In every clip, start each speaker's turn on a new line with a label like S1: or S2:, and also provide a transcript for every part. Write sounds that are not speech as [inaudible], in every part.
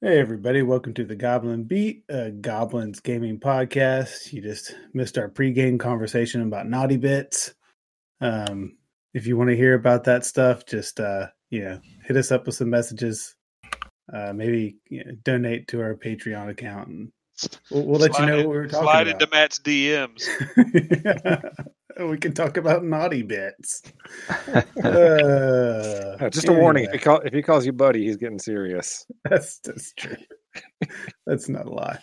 S1: Hey, everybody, welcome to the Goblin Beat, a Goblins gaming podcast. You just missed our pregame conversation about naughty bits. Um, if you want to hear about that stuff, just, uh, you know, hit us up with some messages. Uh, maybe you know, donate to our Patreon account and we'll, we'll let
S2: Slide
S1: you know
S2: in-
S1: what we were talking
S2: Slide
S1: about.
S2: into Matt's DMs.
S1: we can talk about [laughs] naughty
S2: [laughs]
S1: bits. Uh,
S3: Uh, just a warning: if
S1: anyway,
S3: he call, if he calls you buddy, he's getting serious.
S1: [laughs] That's that's true. that's not a lie.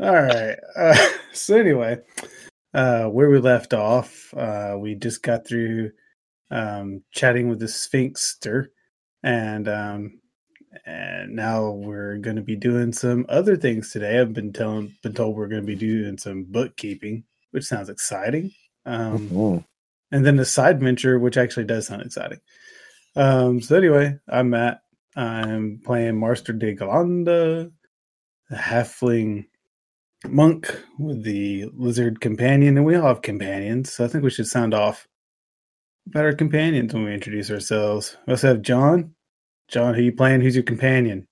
S1: All right. Uh, [laughs] so anyway, uh, where we left off, uh, we just got through um, chatting with the Sphinxster, and um, and now we're going to be doing some other things today. I've been telling been told we're going to be doing some bookkeeping, which sounds exciting. Um, and then the side venture, which actually does sound exciting. Um, so anyway, I'm Matt. I'm playing Master de Galanda, the halfling monk with the lizard companion, and we all have companions, so I think we should sound off about our companions when we introduce ourselves. We also have John. John, who you playing? Who's your companion?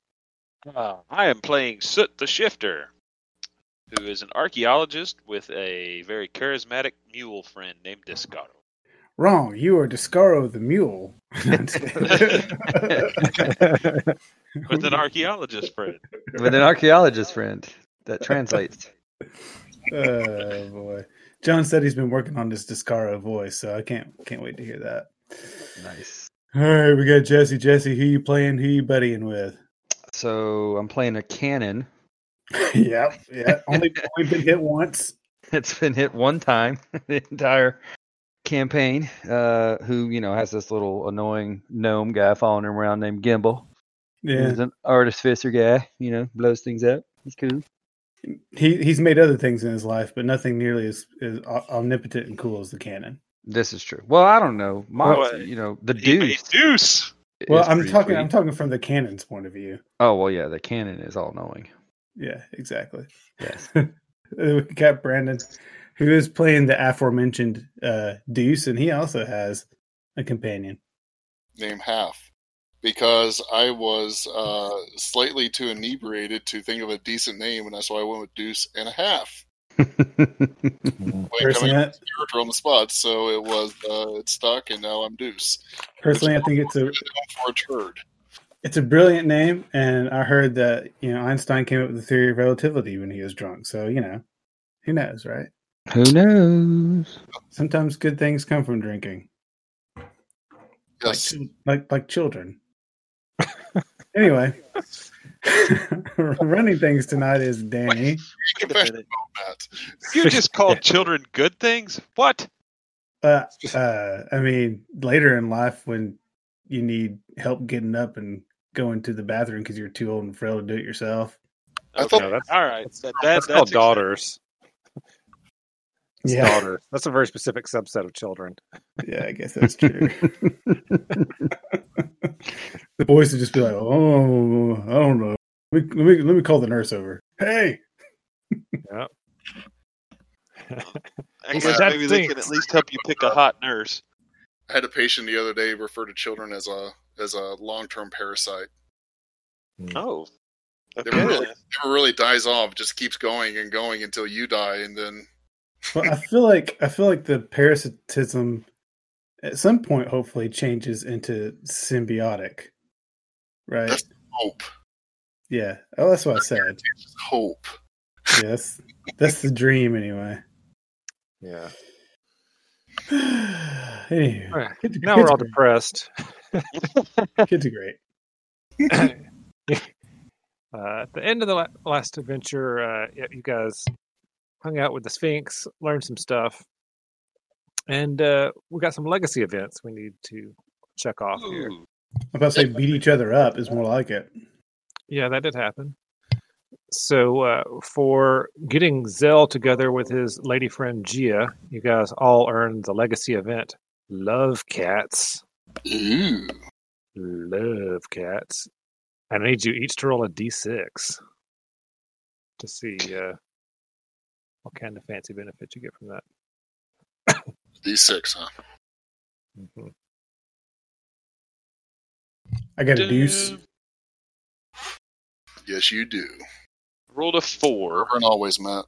S2: Uh, I am playing Soot the Shifter, who is an archaeologist with a very charismatic mule friend named Discaro.
S1: Wrong. You are Descaro the mule. [laughs]
S2: With an archaeologist friend.
S4: with an archaeologist friend that translates. [laughs]
S1: oh boy. John said he's been working on this Descaro voice, so I can't can't wait to hear that.
S4: nice.
S1: All right, we got Jesse. Jesse, who you playing? Who you buddying
S4: [laughs]
S1: with?
S4: So I'm playing a cannon. [laughs]
S1: yep, yeah. Only only been hit once.
S4: It's been hit one time [laughs] the entire campaign. Uh, who you know has this little annoying gnome guy following him around named Gimbal.
S1: Yeah,
S4: He's an artificer guy. You know, blows things up. He's cool.
S1: he he's made other things in his life, but nothing nearly as, as o- omnipotent and cool as the cannon.
S4: This is true. Well, I don't know. My,
S2: Well, uh,
S4: you know, the
S2: He made
S4: deuce.
S2: Deuce!
S4: is
S1: Well, I'm
S4: pretty
S1: talking
S4: sweet.
S1: I'm talking from the cannon's point of view.
S4: Oh well, yeah. The cannon is all knowing.
S1: Yeah, exactly. Uh,
S4: Yes. [laughs]
S1: we got Brandon, who is playing the aforementioned uh, Deuce, and he also has a companion.
S5: name half because I was uh, slightly too inebriated to think of a decent name, and that's why I went with Deuce and a half. Wait,
S1: Personally,
S5: coming
S1: I,
S5: character on the spot, so it was uh, it stuck, and now I'm Deuce
S1: personally, I think it's a
S5: for a turd.
S1: It's a brilliant name, and I heard that you know Einstein came up with the theory of relativity when he was drunk. So you know, who knows, right?
S4: Who knows?
S1: Sometimes good things come from drinking, like
S5: Yes,
S1: chil- like like children. anyway, [laughs] running things tonight is Danny.
S2: Wait a
S5: confession
S2: minute.
S5: about
S1: [laughs]
S2: You just called children good things? What?
S1: Uh, uh, I mean, later in life when you need help getting up and going to the bathroom because you're too old and frail to do it yourself.
S5: I thought-
S3: No, that's-
S2: All right. That, that,
S3: that's, called
S2: acceptable.
S3: daughters. It's
S1: Yeah.
S3: daughters. That's a very specific subset of children.
S1: Yeah, I guess that's [laughs] true. the boys would just be like, "Oh, I don't know. Let me let me, let me call the nurse over. Hey,
S2: I guess
S5: Well,
S3: that
S2: maybe they can
S3: stinks.
S2: at least help you pick a hot nurse.
S5: I had a patient the other day refer to children as a as a long term parasite.
S2: Oh.
S5: They were really- Never really dies off; just keeps going and going until you die, and then
S1: well, I feel like I feel like the parasitism at some point hopefully changes into symbiotic, right?
S5: That's- hope,
S1: Yeah. Oh, that's what I said.
S5: hope.
S1: Yes, that's the dream anyway. [sighs]
S3: Yeah.
S1: Anyway,
S3: All right.
S1: kids, [laughs]
S3: Now we're all
S1: kids,
S3: depressed.
S1: are, kids are great.
S3: Uh, at the end of the la- last adventure, uh, y- you guys hung out with the Sphinx, learned some stuff, and uh, we got some legacy events we need to check off here.
S2: Ooh.
S1: I'm about to say beat each other up is more like it.
S3: Yeah, that did happen. So, uh, for getting Zell together with his lady friend Gia, you guys all earned the legacy event Love Cats.
S5: Ooh.
S3: Love Cats. And I need you each to roll a d6 to see uh, what kind of fancy benefit you get from that.
S5: D6, huh?
S3: Mhm.
S1: I got a deuce.
S5: Yes, you do.
S2: Rolled a four.
S5: Urban always met.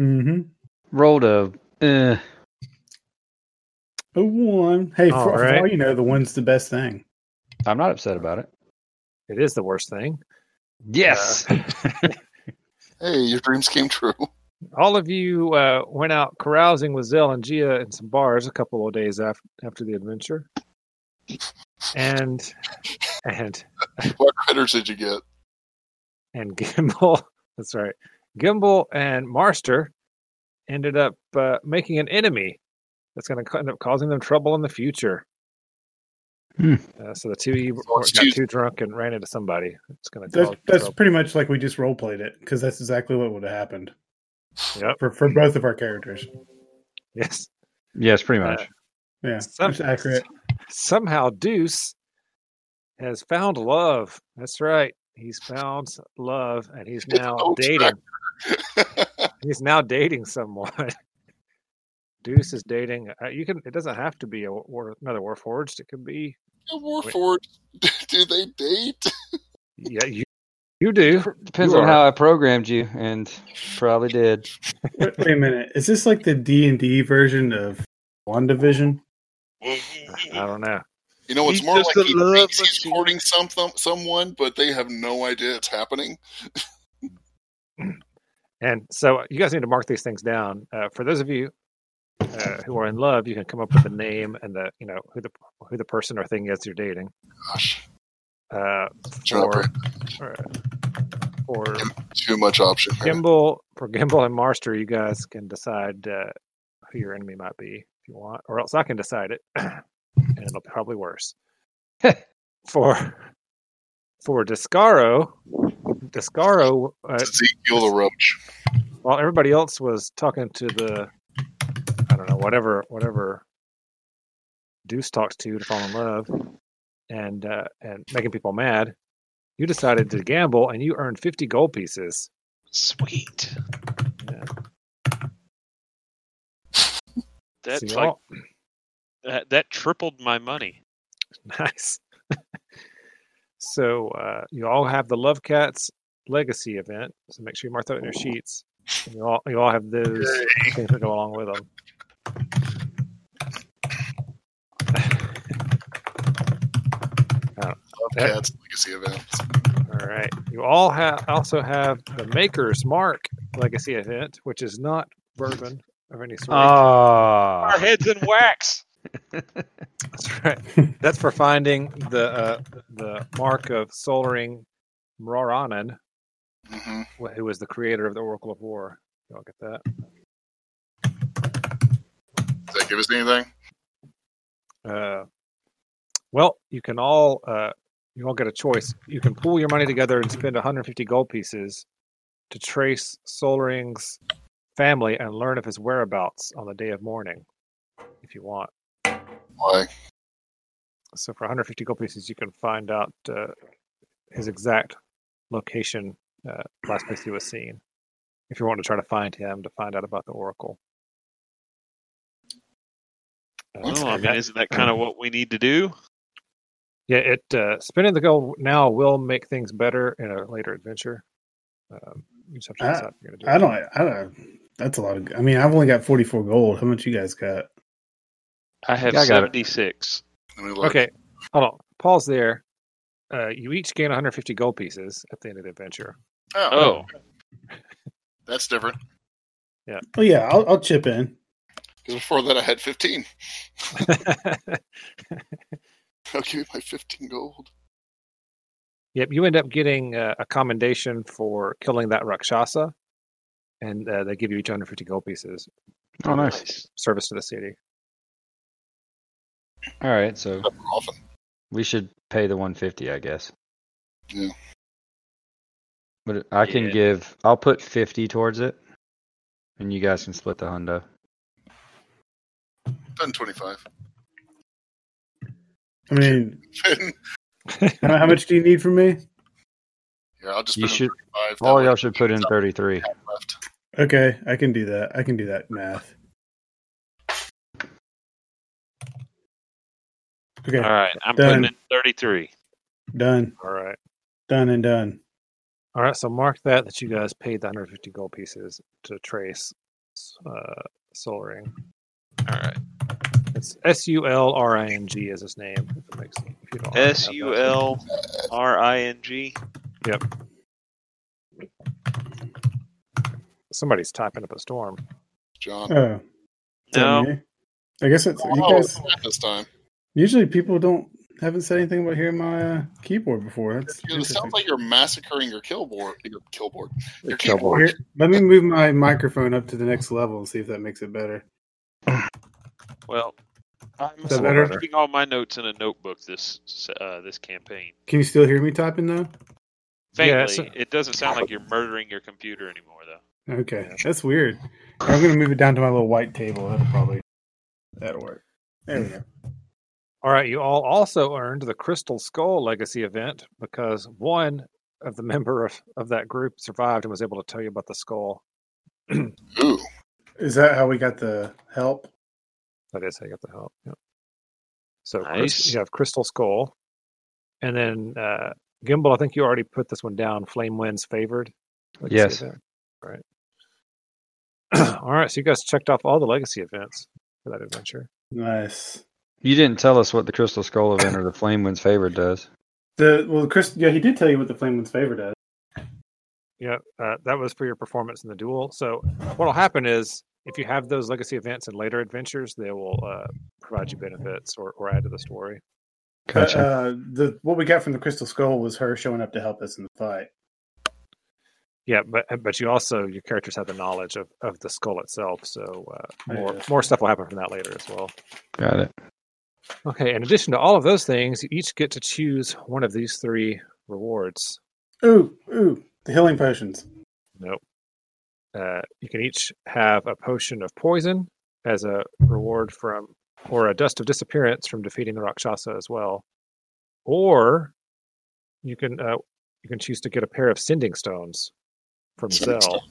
S1: Mm-hmm.
S4: Rolled a. Uh,
S1: A one. Hey,
S3: All
S1: for, for
S3: right.
S1: all you know, the one's the best thing.
S4: I'm not upset about it.
S3: It is the worst thing.
S4: Yes.
S5: Hey, your dreams came true. [laughs]
S3: All of you uh, went out carousing with Zell and Gia in some bars a couple of days after after the adventure, and and
S5: What critters did you [laughs] get?
S3: and [laughs] Gimbal. That's right. Gimbal and Marster ended up uh, making an enemy that's going to end up causing them trouble in the future.
S4: Hmm.
S3: Uh, so the two of you
S5: So
S3: were-
S5: it's
S3: got
S5: two-
S3: too drunk and ran into somebody. It's going to
S1: That's,
S3: cause
S1: that's
S3: trouble. [laughs]
S1: pretty much like we just role played it because that's exactly what would have happened.
S3: Yep.
S1: For for both of our characters.
S3: Yes.
S4: [laughs] yes, pretty much.
S1: Yeah,
S3: Some-
S1: that's accurate.
S3: Somehow Deuce has found love. That's right. He's found love and he's
S5: It's
S3: now
S5: so
S3: dating. He's now dating someone. [laughs] Deuce is dating. Uh, you can. It doesn't have to be a war, another Warforged. It could be
S5: Warford, [laughs] do they date?
S3: Yeah, you you do.
S4: Depends
S3: You
S4: on
S3: are-
S4: how I programmed you, and probably did.
S1: Wait, wait a minute. Is this like the D and D version of WandaVision?
S2: Uh,
S3: I don't know.
S5: You know, it's
S2: He's
S5: more
S2: just
S5: like
S2: a
S5: he
S2: love
S5: thinks he's
S2: machine.
S5: courting some, someone, but they have no idea it's happening.
S3: And so uh, you guys need to mark these things down. Uh, for those of you uh, who are in love, you can come up with the name and the you know who the who the person or thing is you're dating.
S5: Gosh,
S3: Uh,
S5: Shut up,
S3: for for, for
S5: too much option here.
S3: Gimbal for Gimbal and Marster, you guys can decide uh, who your enemy might be if you want, or else I can decide it, [clears throat] and it'll be probably worse. for for Descaro, Descaro uh,
S5: Ezekiel the Roach.
S3: while everybody else was talking to the I don't know whatever whatever Deuce talks to to fall in love and uh, and making people mad, you decided to gamble and you earned fifty gold pieces.
S2: Sweet.
S3: Yeah.
S2: That's like
S3: So y'all-
S2: that, that tripled my money.
S3: [laughs] nice. so uh, you all have the Love Cats legacy event. So make sure you mark that in your sheets. And you all you all have those things that go along with them. Yeah.
S5: Cats legacy event.
S3: All right. You all have also have the Maker's Mark legacy event, which is not bourbon of any sort.
S4: Uh.
S2: Our
S4: Ah.
S2: heads in [laughs] wax.
S3: [laughs] That's right. That's for finding the uh, the mark of Solring Mroranan,
S5: hmm
S3: wh- who was the creator of the Oracle of War. Y'all get that?
S5: Does that give us anything?
S3: Uh, well, you can all uh, you all get a choice. You can pool your money together and spend 150 gold pieces to trace Solring's family and learn of his whereabouts on the day of mourning, if you want.
S5: Why?
S3: So for 150 gold pieces, you can find out uh, his exact location, uh, last place he was seen. If you want to try to find him to find out about the oracle. Uh,
S2: Well, Oh, I
S3: and
S2: mean,
S3: that-
S2: isn't that kind of what we need to do?
S3: yeah, it uh, spending the gold now will make things better in a later adventure. Um, you just have to
S1: I-
S3: decide if you're
S1: I
S3: gonna do
S1: don't. I don't. That's a lot of. I mean, I've only got forty four gold. How much you guys got?
S2: I have
S4: Yeah, I got it.
S2: 76.
S5: Let me
S3: it.
S5: look.
S3: Okay, hold on. Pause there. Uh, you each gain 150 gold pieces at the end of the adventure.
S2: [laughs]
S3: [laughs]
S5: Oh,
S2: Oh,
S5: that's different.
S1: Oh yeah, I'll, I'll chip in.
S5: 'Cause before that, I had 15. [laughs] I'll give you my 15 gold.
S3: Yep, you end up getting uh, a commendation for killing that Rakshasa, and uh, they give you each 150 gold pieces,
S4: Oh, nice.
S3: service to the city.
S4: All right, so
S5: Not Often.
S4: we should pay the 150, I guess.
S5: Yeah.
S4: But I can
S2: Yeah.
S4: give. I'll put 50 towards it, and you guys can split the hundo.
S5: Done 25.
S1: I mean,
S5: [laughs] yeah,
S1: how, how much do you need from me?
S5: I'll just put
S4: You
S5: in
S4: should.
S5: 35. That
S4: All
S5: way
S4: y'all should put in
S5: it's
S4: 33.
S5: half left.
S1: Okay, I can do that. I can do that math. Okay,
S2: all right. I'm
S1: Done.
S2: putting in 33.
S1: done,
S3: All right.
S1: done, and done.
S3: All right, so mark that that you guys paid the 150 gold pieces to trace uh, Sol Ring.
S2: All right.
S3: It's S U L R I N G is his name. If it makes, if you don't already have
S2: S
S3: that.
S2: U L R I N G.
S3: Somebody's typing up a storm.
S5: John.
S1: Oh, is that
S2: No.
S1: me? I guess it's you
S5: oh,
S1: guys.
S5: it's not this time.
S1: Usually, people don't haven't said anything about hearing my uh, keyboard before. That's
S5: It
S1: interesting.
S5: sounds like you're massacring your killboard. Your killboard. Your
S4: Killboard.
S5: keyboard.
S1: Here, let me move my microphone up to the next level and see if that makes it better.
S2: Well, I'm
S1: that better?
S2: keeping all my notes in a notebook this uh, this campaign.
S1: Can you still hear me typing though?
S2: Faintly,
S3: Yeah, so-
S2: it doesn't sound like you're murdering your computer anymore, though.
S1: Okay, that's weird. I'm gonna move it down to my little white table. That'll probably that'll work. There we go.
S3: All right, you all also earned the Crystal Skull Legacy event because one of the [laughs] member of, of that group survived and was able to tell you about the skull.
S5: Ooh.
S1: Is that how we got the help?
S3: That is how you got the help. Yep. So Chris-
S2: Nice.
S3: you have Crystal Skull. And then uh, Gimbal, I think you already put this one down. Flame Winds favored. Legacy
S4: Yes.
S3: event. Right. [clears throat] all right. So you guys checked off all the legacy events for that adventure.
S1: Nice.
S4: You didn't tell us what the Crystal Skull event or the Flame Winds favorite does.
S1: The well, Chris. Yeah, he did tell you what the Flameman's favor does.
S3: Yeah. Uh, that was for your performance in the duel. So what will happen is if you have those legacy events in later adventures, they will uh, provide you benefits or, or add to the story.
S1: But,
S4: Gotcha.
S1: uh, the what we got from the Crystal Skull was her showing up to help us in the fight.
S3: Yeah, but uh, but you also your characters have the knowledge of, of the skull itself, so uh, more
S1: Yeah.
S3: more stuff will happen from that later as well.
S4: Got it.
S3: Okay, in addition to all of those things, you each get to choose one of these three rewards.
S1: Ooh, ooh, the healing potions.
S3: Nope. Uh, you can each have a potion of poison as a reward from, or a dust of disappearance from defeating the Rakshasa as well, or you can uh, you can choose to get a pair of sending stones from Zell.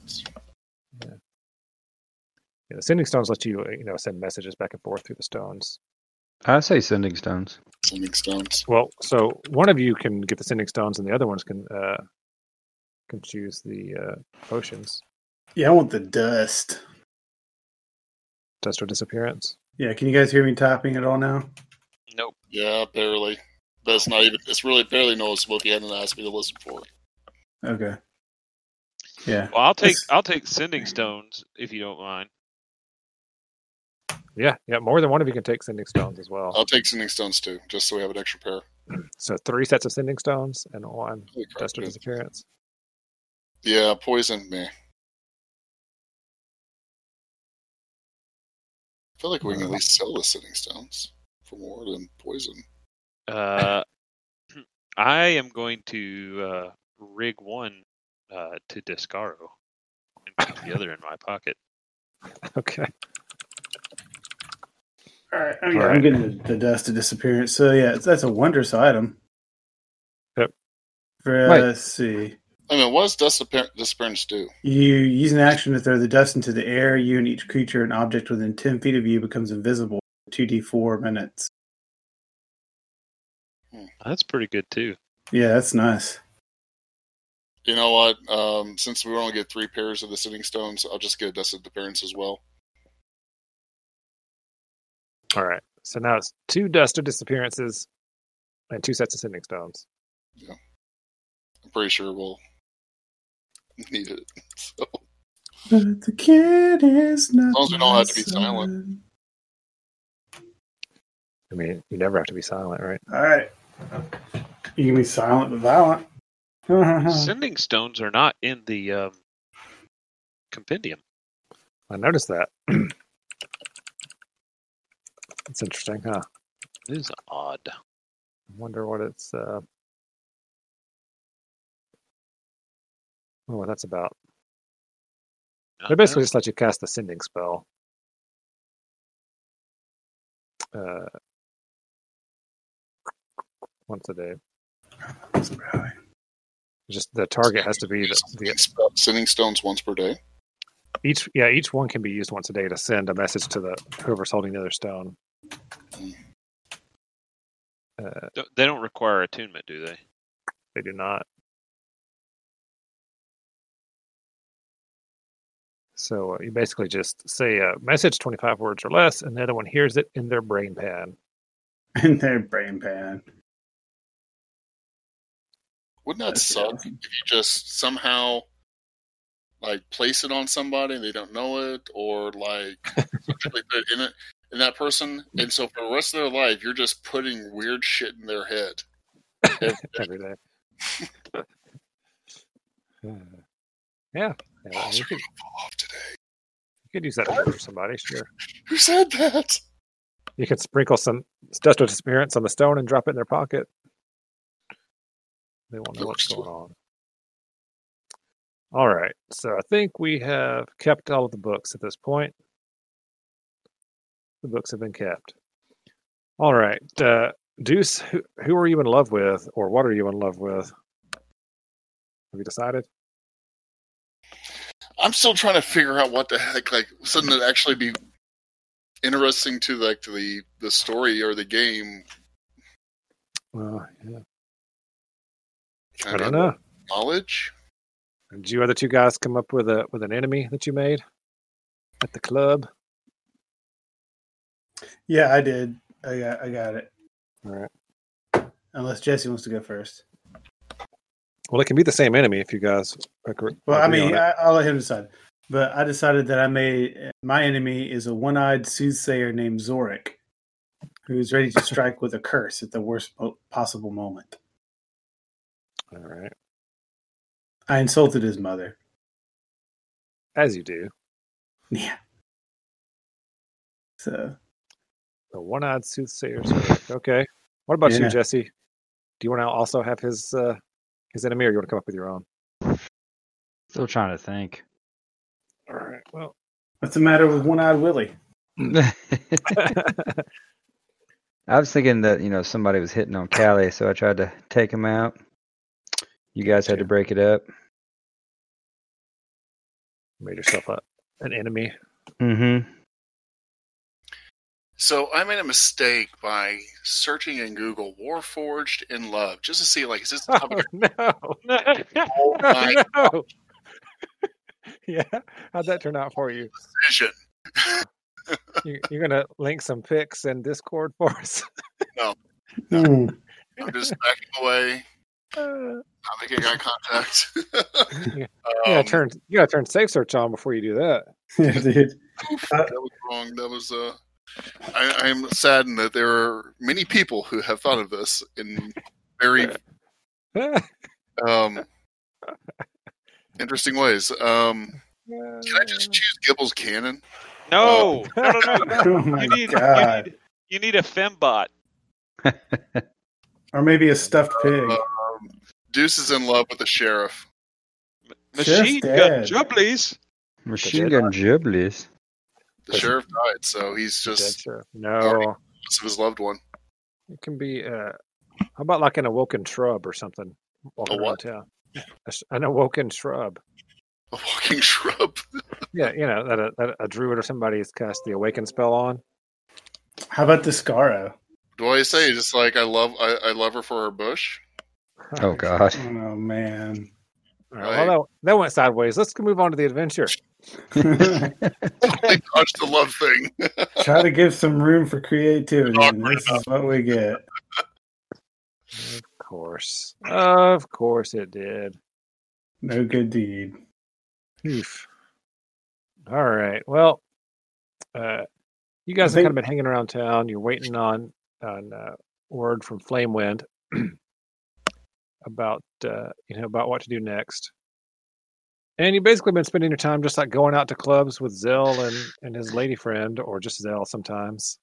S3: Yeah, the sending stones let you, uh, you know, send messages back and forth through the stones.
S4: I say sending stones.
S5: Sending stones.
S3: Well, so one of you can get the sending stones, and the other ones can uh, can choose the uh, potions.
S1: Yeah, I want the dust.
S3: Dust or disappearance.
S1: Yeah, can you guys hear me typing at all now?
S2: Nope.
S5: Yeah, barely. That's not even. It's really barely noticeable if you hadn't asked me to listen for it.
S1: Okay. Yeah.
S2: Well, I'll take
S1: That's-
S2: I'll take sending stones if you don't mind.
S3: Yeah, yeah. More than one of you can take sending stones as well.
S5: I'll take sending stones too, just so we have an extra pair.
S3: So three sets of sending stones and one
S5: Holy crap,
S3: dust or
S5: dude.
S3: disappearance. [laughs]
S5: Yeah, poison me. I feel like we can at least sell the sitting stones for more than poison.
S2: Uh, [clears throat] I am going to uh, rig one uh, to Descaro and keep the other in my pocket.
S3: Okay.
S1: All right. I
S3: All right.
S1: I'm getting the, the dust of disappearance. So yeah, it's- that's a wondrous item.
S3: Yep.
S1: For,
S4: Wait.
S1: uh, let's see.
S5: I mean, what does disappar- disappearance do?
S1: You use an action to throw the dust into the air. You and each creature and object within ten feet of you becomes invisible. Two D four minutes.
S2: That's pretty good too.
S1: Yeah, that's nice.
S5: You know what? Um, since we only get three pairs of the sitting stones, I'll just get a dust disappearance as well.
S3: All right. So now it's two dust or disappearances and two sets of sending stones.
S5: I'm pretty sure we'll [laughs] need it. So,
S1: But the kid is not.
S5: long as we don't have to be
S1: my
S5: silent.
S1: son.
S3: I mean, you never have to be silent, right?
S1: All right. You can be silent but violent.
S2: Sending stones are not in the um, compendium.
S3: I noticed that. [clears throat] It's interesting, huh?
S2: It is odd.
S3: wonder what it's uh oh, what that's about.
S2: Not
S3: They basically
S2: bad.
S3: just let you cast the sending spell. Uh once a day. Just the target has to be the, the
S5: sending stones once per day.
S3: each yeah, each one can be used once a day to send a message to the whoever's holding the other stone. Uh
S2: Don't- They don't require attunement, do they?
S3: they do not. So uh, you basically just say a message 25 words or less, and the other one hears it in their brain pad.
S1: [laughs] in their brain pan.
S5: Wouldn't that
S1: That's
S5: suck
S1: awesome.
S5: if you just somehow like place it on somebody and they don't know it, or like something like that in it in that person, and so for the rest of their life you're just putting weird shit in their head.
S3: every day. [laughs] yeah. Hmm. yeah,
S5: Balls
S3: you
S5: are
S3: could,
S5: gonna fall off today.
S3: you could use that for somebody, sure.
S5: Who said that?
S3: You could sprinkle some dust of disappearance on the stone and drop it in their pocket. They won't know what's going on. All right, so I think we have kept all of the books at this point. The books have been kept. All right, uh, Deuce, who, who are you in love with, or what are you in love with? Have you decided?
S5: I'm still trying to figure out what the heck, like something that actually be interesting to like to the the story or the game.
S3: Uh, yeah.
S5: Can
S3: I don't
S5: have
S3: know.
S5: Knowledge.
S3: Did you other two guys come up with a with an enemy that you made at the club?
S1: Yeah, I did. I got I got it.
S3: All right.
S1: Unless Jesse wants to go first.
S3: Well, it can be the same enemy if you guys. Agree,
S1: Well, I
S3: agree on
S1: mean,
S3: it.
S1: I, I'll let him decide. But I decided that I made my enemy is a one-eyed soothsayer named Zorik, who's ready
S3: [laughs]
S1: to strike with a curse at the worst po- possible moment.
S3: all right,
S1: I insulted his mother. [laughs]
S3: as you do.
S1: Yeah. So
S3: The one-eyed soothsayer. Zurich. Okay. What about
S1: Yeah.
S3: you, Jesse? Do you want to also have his uh, his enemy, or you want to come up with your own?
S4: Still trying to think.
S3: All right. Well,
S1: what's the matter with one-eyed Willie?
S4: I was thinking that you know somebody was hitting on Callie, so I tried to take him out. You guys had to
S1: Gotcha.
S4: break it up.
S3: made yourself a an enemy. [laughs]
S4: Mm-hmm.
S5: So I made a mistake by searching in Google "Warforged in Love" just to see like is this the
S3: Oh
S5: topic? [laughs]
S3: no!
S5: oh my
S3: Oh, [laughs] no. yeah. How'd that turn out for you?
S5: vision.
S3: you you're gonna link some pics in Discord for us.
S1: No.
S5: I'm just backing away.
S3: Uh,
S5: Not making eye contact. [laughs]
S3: Yeah. yeah,
S5: Um,
S3: turn you gotta turn safe search on before you do that. [laughs]
S1: [laughs] yeah, dude.
S3: Uh,
S5: that was wrong. That was uh. I, I'm saddened that there are many people who have thought of this in very um, interesting ways. Um, can I just choose Gibble's cannon?
S2: No, no, no, no. [laughs]
S1: Oh my
S2: You need, you
S1: god.
S2: need, you need a fembot.
S1: Or maybe a stuffed
S2: Uh,
S1: pig.
S5: Um, Deuce is in love with the sheriff.
S2: Machine gun
S1: dead.
S2: jubblies.
S4: Machine gun Giblis.
S5: The
S3: Does-
S5: sheriff died, so he's just
S3: Sure. No,
S5: lost his loved one.
S3: it can be. Uh, how about like an awoken shrub or something? Walking
S5: A
S3: around
S5: what?
S3: town. A sh- An awoken shrub.
S5: A walking [laughs] shrub.
S3: Yeah, you know that a, that a druid or somebody has cast the awaken spell on.
S1: How about the Scarrow?
S5: Do I say just like I love I, I love her for her bush?
S4: Oh God.
S1: Oh man. [laughs]
S3: All right, well, that, that went sideways. Let's move on to the adventure.
S1: Try
S5: Totally dodged the love thing. [laughs]
S1: to give some room for creativity. and
S5: Awkward
S1: this is what we get.
S3: Of course, of course, it did.
S1: No good deed.
S3: Oof. All right. Well, uh, you guys have kind of been hanging around town. You're waiting on on uh, word from Flamewind [clears throat] about uh, you know about what to do next. And you've basically been spending your time just like going out to clubs with Zell and and his lady friend, or just Zell sometimes.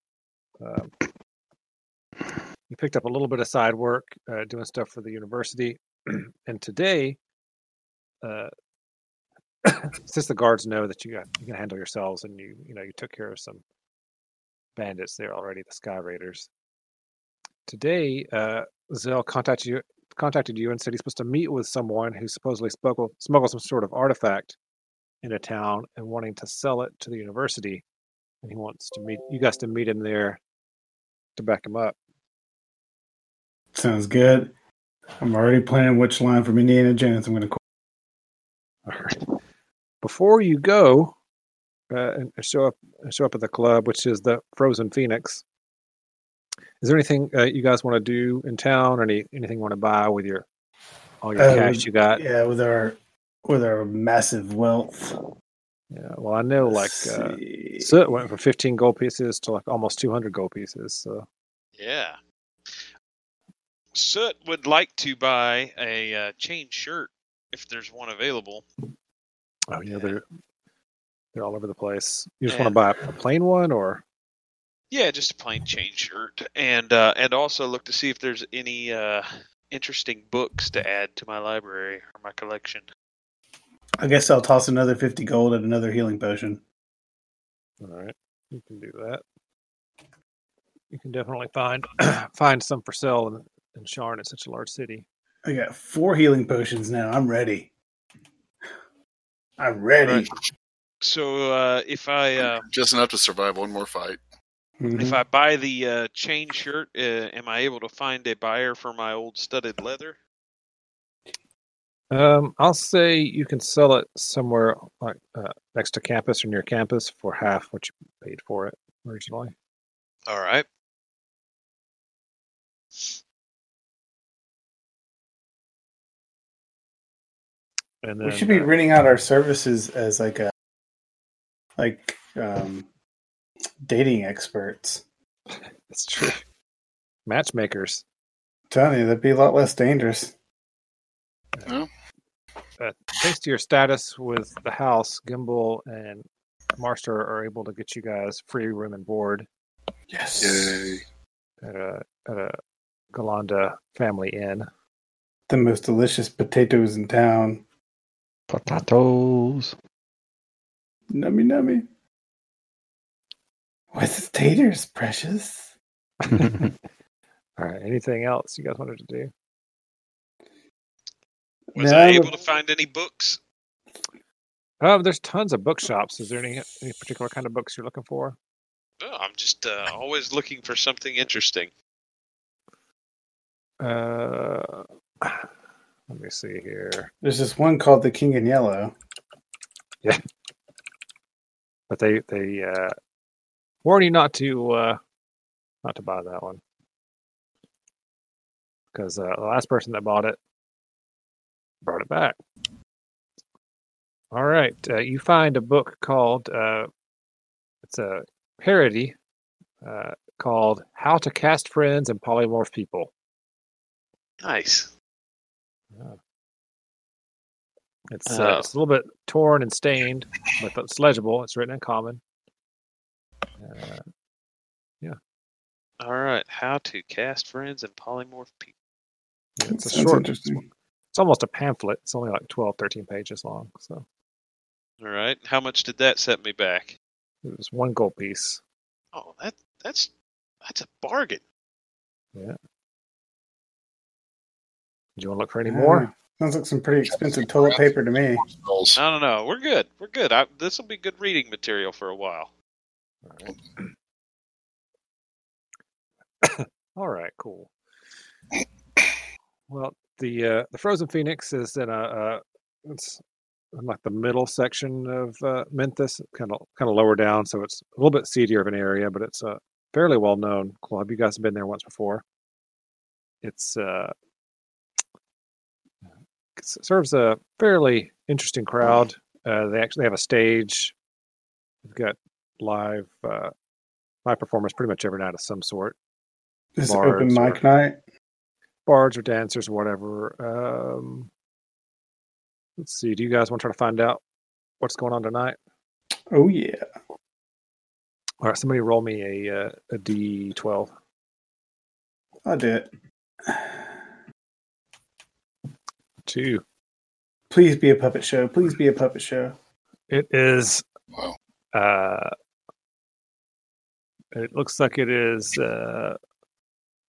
S3: Um, you picked up a little bit of side work uh, doing stuff for the university, [clears throat] and today. Uh, since the guards know that you got you can handle yourselves and you you know you took care of some bandits there already the sky raiders today uh zell contacted you contacted you and said he's supposed to meet with someone who supposedly smuggled smuggled some sort of artifact in a town and wanting to sell it to the university and he wants to meet you guys to meet him there to back him up
S1: Sounds good. I'm already planning which line from Indiana Jones I'm going to.
S3: All right. Before you go, uh, and show up show up at the club, which is the Frozen Phoenix. Is there anything uh, you guys want to do in town, or any anything you want to buy with your all your
S1: Um,
S3: cash you got? Yeah.
S1: Yeah, with our with our massive wealth.
S3: well, I know like
S1: Let's
S3: uh,
S1: see.
S3: soot went from fifteen gold pieces to like almost two hundred gold pieces. So
S2: Yeah. Soot would like to buy a uh, chain shirt if there's one available.
S3: oh, you
S2: yeah.
S3: know they're they're all over the place. You just
S2: Yeah.
S3: want to buy a plain one, or
S2: Yeah, just a plain chain shirt, and uh, and also look to see if there's any uh, interesting books to add to my library or my collection.
S1: I guess I'll toss another fifty gold at another healing potion.
S3: all right, you can do that. You can definitely find [clears throat] find some for sale in, in Sharn. It's such a large city.
S1: I got four healing potions now. I'm ready. I'm ready.
S2: So uh, if I uh,
S5: Just enough to survive one more fight.
S1: Mhm.
S2: if I buy the uh, chain shirt, uh, am I able to find a buyer for my old studded leather?
S3: Um, I'll say you can sell it somewhere like uh, next to campus or near campus for half what you paid for it originally.
S2: All right.
S3: And then
S1: we should be
S3: uh,
S1: renting out our services as like a like um dating experts.
S3: [laughs] that's true. Matchmakers.
S1: Tony, that'd be a lot less dangerous.
S3: Thanks to your status with the house, Gimbal and Marster are able to get you guys free room and board
S1: Yes.
S5: Yay.
S3: at a at a Galanda family inn.
S1: The most delicious potatoes in town.
S4: Potatoes. [laughs]
S1: Nummy nummy. With taters, precious.
S3: All right. Anything else you guys wanted to do?
S2: Was
S1: Now
S2: I
S1: I'm-
S2: able to find any books?
S3: Oh, there's tons of bookshops. Is there any any particular kind of books you're looking for?
S2: No, I'm just uh, always looking for something interesting.
S3: Uh, [sighs] let me see here.
S1: There's this one called the King in Yellow.
S3: but they they uh, warn you not to uh, not to buy that one because uh, the last person that bought it brought it back. All right, uh, you find a book called uh, it's a parody uh, called "How to Cast Friends and Polymorph People."
S2: Nice.
S3: It's uh,
S2: Oh.
S3: it's a little bit torn and stained, but it's legible. It's written in Common. Uh,
S2: All right. How to cast friends and polymorph people.
S3: it's a
S1: Sounds
S3: short.
S1: interesting.
S3: it's almost a pamphlet it's only like 12 13 pages long so
S2: All right. How much did that set me back?
S3: it was one gold piece
S2: Oh, that that's that's a bargain.
S3: do you want to look for any
S1: Yeah.
S3: more
S1: Sounds like some pretty expensive toilet paper to me.
S5: Spells.
S2: No, no, no. We're good. We're good. I, this will be good reading material for a while.
S3: all right cool well the uh the frozen phoenix is in a uh it's in like the middle section of uh memphis kind of kind of lower down so it's a little bit seedier of an area but it's a fairly well known club you guys have been there once before it's uh s- serves a fairly interesting crowd. Uh, they actually have a stage. They've got live uh, live performers pretty much every night of some sort.
S1: This
S3: Bars
S1: open
S3: or-
S1: mic night.
S3: Bards or dancers or whatever. Um, let's see. Do you guys want to try to find out what's going on tonight?
S1: Oh yeah.
S3: All right, somebody roll me a uh, a d twelve.
S1: I'll do it. [sighs]
S3: Two.
S1: Please be a puppet show. Please be a puppet show.
S3: It is.
S5: Wow.
S3: Uh, it looks like it is uh,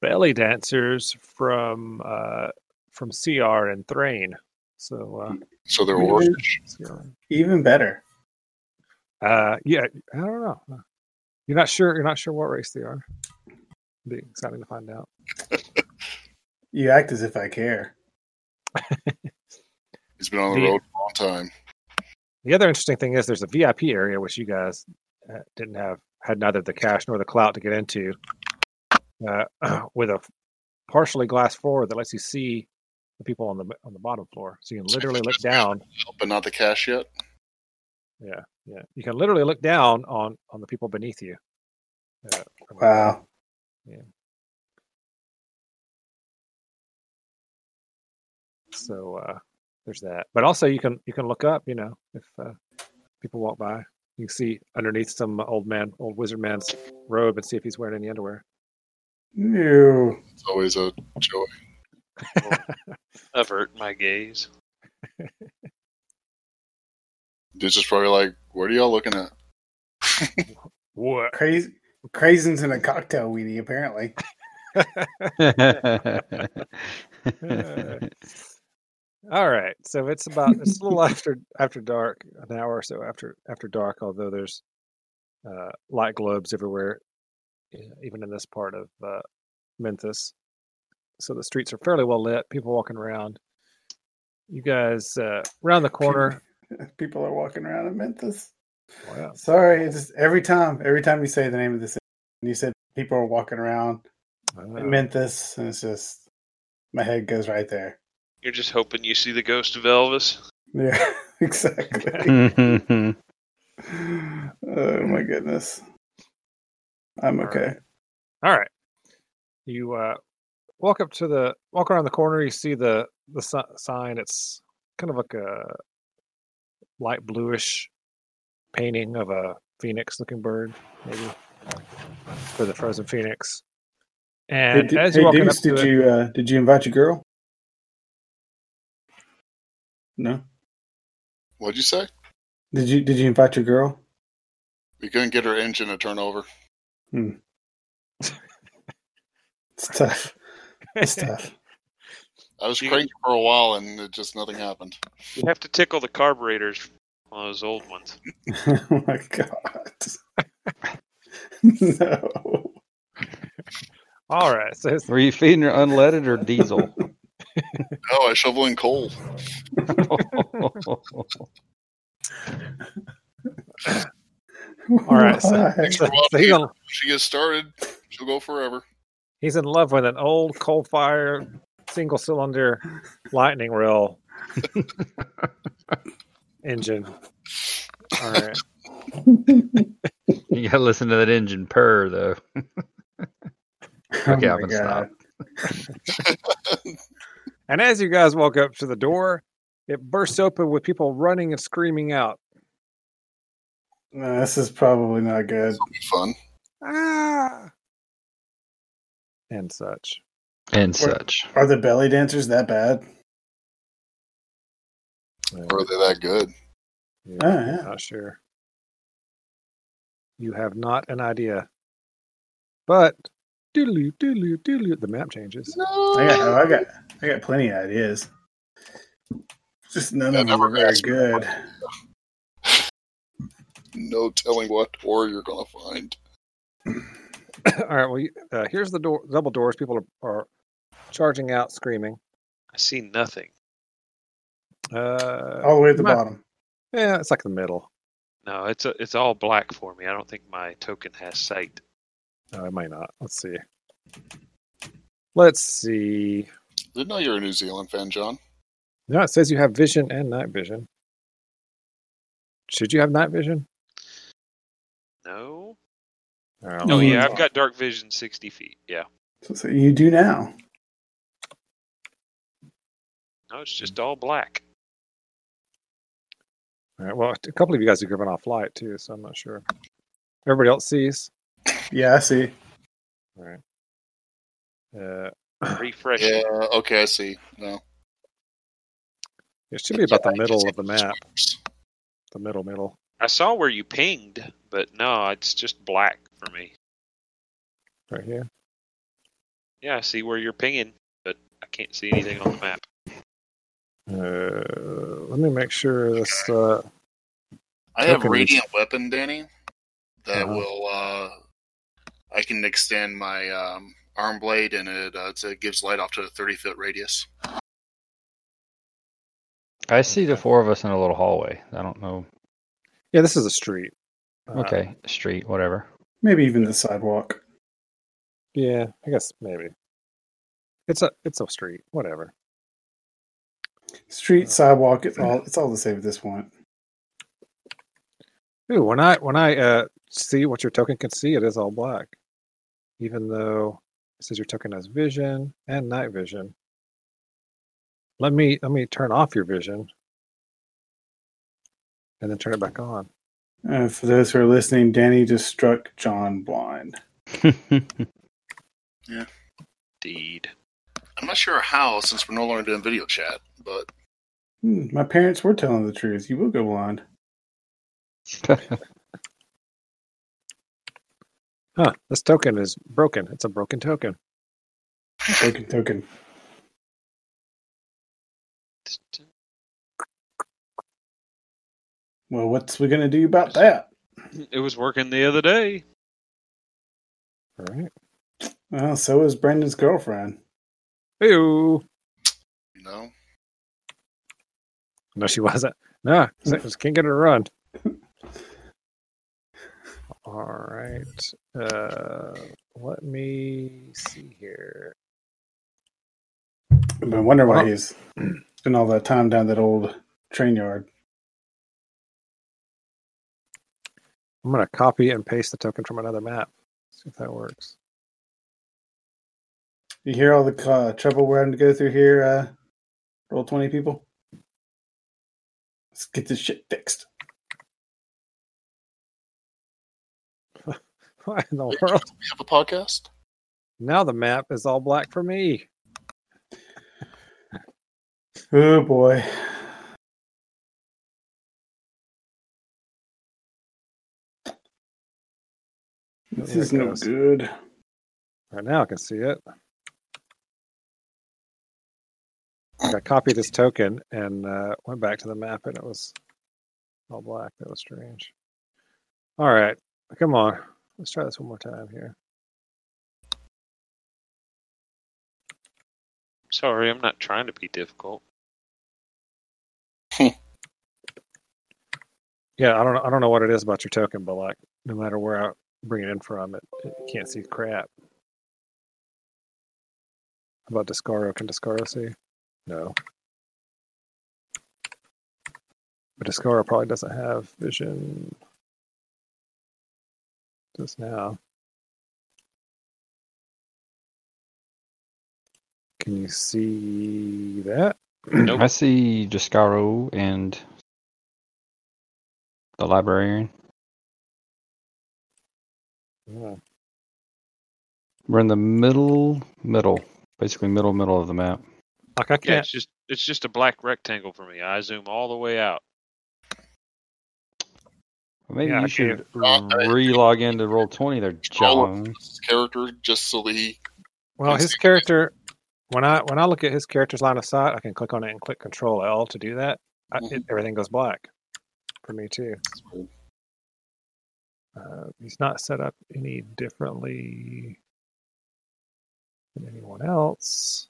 S3: belly dancers from uh, from CR and Thrain. So uh,
S5: So they're
S1: Really?
S5: orange.
S3: CR.
S1: Even better.
S3: uh, yeah, I don't know. You're not sure. You're not sure what race they are. Be exciting to find out.
S1: You act as if I care.
S5: He's been on the
S3: The-
S5: road for a long time.
S3: The other interesting thing is there's a VIP area which you guys uh, didn't have had neither the cash nor the clout to get into, uh, [clears throat] with a partially glass floor that lets you see the people on the on the bottom floor, so you can literally look down.
S5: but not the cash yet.
S3: Yeah, yeah, you can literally look down on on the people beneath you. Uh, from-
S1: Wow.
S3: So uh, there's that. But also you can you can look up. You know, if uh, people walk by, you can see underneath some old man, old wizard man's robe, and see if he's wearing any underwear.
S1: Ew.
S5: It's always a joy.
S2: [laughs] Avert my gaze.
S5: Dude's just probably like, "What are y'all looking at?"
S3: What?
S1: Craz- craisins in a cocktail weenie, apparently. [laughs]
S3: All right. So it's about it's a little after after dark, an hour or so after after dark. Although there's uh, light globes everywhere, e- even in this part of uh, Memphis. So the streets are fairly well lit. People walking around. You guys uh, around the corner.
S1: People are walking around in Memphis.
S3: Wow.
S1: Sorry, it's just every time, every time you say the name of this, and you said people are walking around in
S3: Uh,
S1: Memphis, and it's just my head goes right there. [laughs]
S2: You're just hoping you see the ghost of Elvis.
S1: Yeah, [laughs] exactly. oh my goodness, I'm
S3: All
S1: okay.
S3: all right. You uh, walk up to the walk around the corner. You see the the si- sign. It's kind of like a light bluish painting of a phoenix looking bird, maybe for the frozen phoenix. And
S1: Hey, d-
S3: as
S1: hey,
S3: you walk up
S1: Deuce,
S3: to
S1: did
S3: it,
S1: you uh, did you invite your girl? No.
S5: What'd you say?
S1: Did you did you invite your girl?
S5: We couldn't get her engine to turn over.
S1: It's tough.
S3: [laughs]
S1: It's tough.
S5: I was
S2: You-
S5: cranking for a while, and it just nothing happened.
S2: You have to tickle the carburetors on those old ones.
S1: [laughs] oh my god. no.
S3: all right, so it's,
S4: Were you feeding her unleaded or diesel?
S5: Oh, I shovel in coal.
S1: All
S3: right, so-
S5: for
S3: [laughs] so, so he's,
S5: watching.
S3: in,
S5: She gets started, she'll go forever.
S3: he's in love with an old coal fire single cylinder lightning rail engine. All right.
S4: [laughs] you gotta listen to that engine purr though.
S1: Oh
S4: Okay, I'm gonna stop.
S3: And as you guys walk up to the door, it bursts open with people running and screaming out.
S1: No, this is probably not good.
S5: It'll be fun.
S3: Ah! And such.
S4: And such.
S1: Are the belly dancers that bad?
S5: Or are they that good?
S3: Yeah,
S1: Oh, yeah.
S3: Not sure. You have not an idea. But doodaloo, doodaloo, doodaloo, the map changes.
S1: I got, oh, I got, I got plenty of ideas. Just none of them are very good.
S5: No telling what horror you're gonna find.
S3: All right, well, you- uh, here's the door, double doors. People are, are charging out, screaming.
S2: I see nothing.
S3: Uh,
S1: All the way at the
S3: My-
S1: bottom.
S3: Yeah, it's like the middle.
S2: No, it's a, it's all black for me. I don't think my token has sight.
S3: No, it might not. Let's see. Let's see.
S5: Didn't know you're a New Zealand fan, John.
S3: No, it says you have vision and night vision. Should you have night vision?
S2: No.
S3: Oh,
S2: Oh
S1: Mhm.
S2: yeah, I've got dark vision sixty feet. Yeah.
S1: So, so you do now.
S2: No, it's just all black.
S3: All right, well, a couple of you guys are giving off light too, so I'm not sure. Everybody else sees.
S1: Yeah, I see.
S3: Uh,
S2: Refresh.
S5: Yeah. Okay, I see. No.
S3: it should be about the middle of the map, the middle, middle.
S2: I saw where you pinged, but no, it's just black for me.
S3: Right here.
S2: Yeah, I see where you're pinging, but I can't see anything on the map.
S3: Uh, let me make sure this. Uh,
S5: I have
S3: Okay.
S5: radiant weapon, Danny. That
S3: Uh-huh.
S5: will. uh I can extend my um, arm blade, and it uh, it's- it gives light off to a thirty foot radius.
S4: I see the four of us in a little hallway. I don't know
S3: Yeah, this is a street. Uh,
S4: Okay, street, whatever.
S1: Maybe even the sidewalk.
S3: Yeah, I guess maybe. It's a it's a street. Whatever.
S1: Street, sidewalk, it's all it's all the same at this point.
S3: Ooh, when I when I uh, see what your token can see, it is all black, even though it says your token has vision and night vision. Let me let me turn off your vision, and then turn it back on.
S1: Uh, for those who are listening, Danny just struck John blind.
S2: Indeed.
S5: I'm not sure how since we're no longer doing video chat, but
S1: Hmm, my parents were telling the truth. You will go blind.
S3: Huh? This token is broken. It's a broken token.
S1: Token, token. Well, what's we gonna do about that?
S2: It was working the other day.
S3: All right.
S1: Well, so is Brandon's girlfriend.
S3: Ew.
S5: you know,
S3: No, she wasn't. No, she just can't get her to run. All right. Uh, let me see here.
S1: I've been wondering why
S3: Well-
S1: he's spent all that time down that old train yard.
S3: I'm going to copy and paste the token from another map. See if that works. [laughs]
S1: You hear all the uh, trouble we're having to go through here, uh, roll 20 people? Let's get this shit fixed.
S3: What in the world?
S5: we have a podcast.
S3: Now the map is all black for me.
S1: Oh boy. This
S3: There
S1: is
S3: it
S1: no
S3: goes.
S1: good.
S3: Right now I can see it. I copied this token and uh, went back to the map, and it was all black. That was strange. All right, come on. Let's try this one more time here.
S2: Sorry, I'm not trying to be difficult.
S1: [clears throat]
S3: Yeah, I don't, I don't know what it is about your token, but like, no matter where I bring it in from, it, it can't see crap. How about Descaro? Can Descaro see? No. But Descaro probably doesn't have vision just now. Can you see that?
S2: Nope.
S4: I see Descaro and the librarian.
S3: Yeah.
S4: We're in the middle, middle, basically middle, middle of the map.
S3: Like I
S2: Yeah,
S3: can't.
S2: it's just it's just a black rectangle for me. I zoom all the way out.
S4: Maybe
S3: Yeah, I
S4: you should
S5: can't-
S4: re-log into roll twenty there,
S5: All of
S4: John.
S5: his character just so that he
S3: Well,
S5: Let's
S3: his
S5: see.
S3: character. When I when I look at his character's line of sight, I can click on it and click Control L to do that. I, it, everything goes black for me too. Uh, he's not set up any differently than anyone else.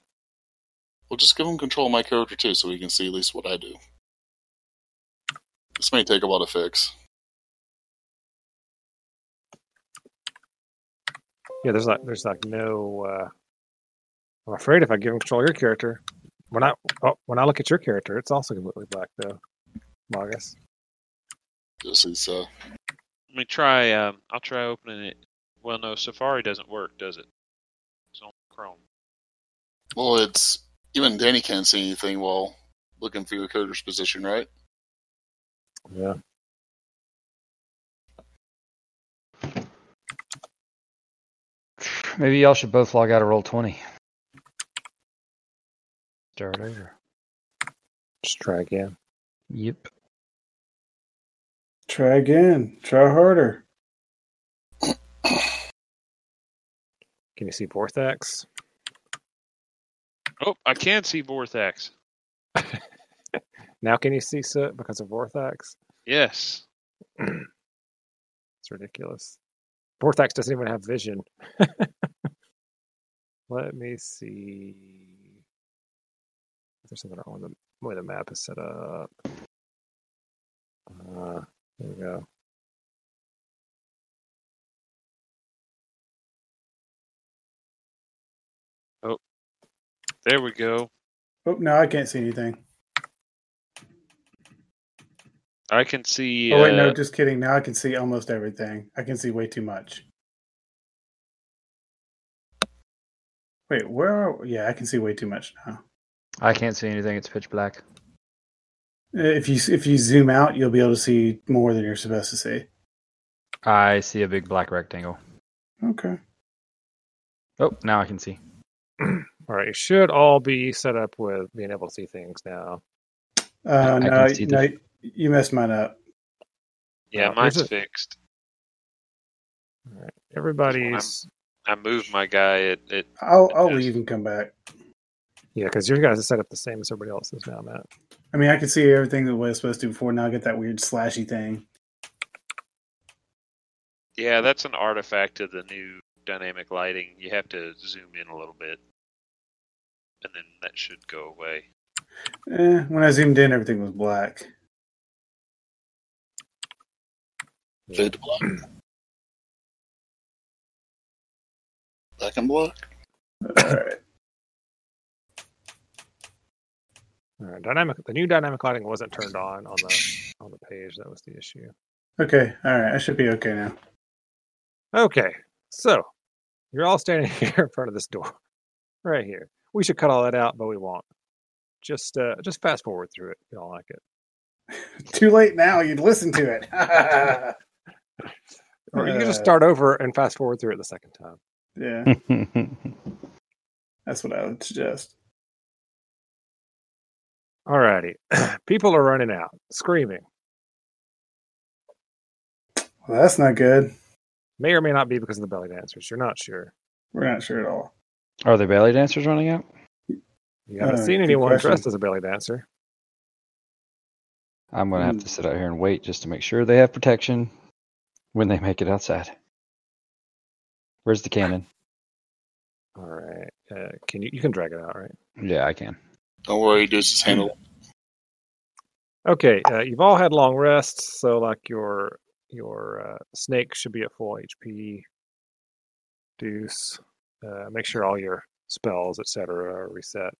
S5: Well, just give him control of my character too, so he can see at least what I do. This may take a while to fix.
S3: Yeah, there's like there's like no. Uh, I'm afraid if I give him control of your character, when I oh, when I look at your character, it's also completely black though. Magus.
S5: This is uh,
S2: Let me try. Um, I'll try opening it. Well, no, Safari doesn't work, does it? It's on Chrome.
S5: well, it's even Danny can't see anything while looking for your character's position, right?
S3: Yeah.
S4: Maybe y'all should both log out of roll twenty. Start over.
S3: Just try again.
S4: Yep.
S1: Try again. Try harder.
S3: Can you see Vortex?
S2: Oh, I can see Vorthax.
S3: Now can you see soot because of Vorthax?
S2: Yes.
S3: It's ridiculous. Vorthax doesn't even have vision. [laughs] Let me see. There's something wrong with the way the map is set up. Uh, There we go.
S2: There we go.
S1: Oh no, I can't see anything.
S2: I can see.
S1: Oh wait, no,
S2: uh,
S1: just kidding. Now I can see almost everything. I can see way too much. Wait, where? Are, yeah, I can see way too much now.
S4: I can't see anything. It's pitch black.
S1: If you if you zoom out, you'll be able to see more than you're supposed to see.
S4: I see a big black rectangle.
S1: Okay.
S4: Oh, now I can see.
S3: All right, it should all be set up with being able to see things now.
S1: Uh,
S4: I can
S1: no,
S4: see
S1: no, you messed mine up.
S2: yeah,
S3: uh,
S2: mine's
S3: there's a-
S2: fixed.
S3: Everybody's
S2: I moved my guy. It, it
S1: I'll I'll
S2: Yes.
S1: leave and come back.
S3: yeah, because your guys are set up the same as everybody else's now, Matt.
S1: I mean, I could see everything the way it's supposed to before. Now I get that weird slashy thing.
S2: yeah, that's an artifact of the new dynamic lighting. You have to zoom in a little bit, and then that should go away.
S1: Eh, when I zoomed in, everything was
S3: [coughs]
S1: black.
S5: Fade to black. [clears throat] Black and black.
S1: All right.
S3: All right, dynamic. The new dynamic lighting wasn't turned on on the on the page. That was the issue.
S1: Okay. All right. I should be okay now.
S3: Okay, so you're all standing [laughs] here in front of this door, right here. We should cut all that out, but we won't. Just uh, just fast forward through it. if You don't like it,
S1: Too late now. You'd listen to it.
S3: [laughs] or you can just
S1: Uh,
S3: start over and fast forward through it the second time.
S1: Yeah,
S4: I
S1: that's what I would suggest.
S3: Alrighty, [clears throat] people are running out, screaming.
S1: Well, that's not good.
S3: May or may not be because of the belly dancers. You're not sure.
S1: We're not sure at all.
S4: [laughs] Are the belly dancers running out?
S3: You haven't
S1: Uh,
S3: seen
S1: good
S3: anyone
S1: question.
S3: dressed as a belly dancer.
S4: I'm gonna
S1: Hmm.
S4: have to sit out here and wait just to make sure they have protection when they make it outside. Where's the cannon?
S3: All right, uh, can you you can drag it out, right?
S4: [laughs] Yeah, I [laughs] can.
S5: Don't worry, dudes. Just handle it.
S3: Okay, uh, you've all had long rests, so like your your uh, snake should be at full HP. Deuce, uh, make sure all your spells, etc., are reset.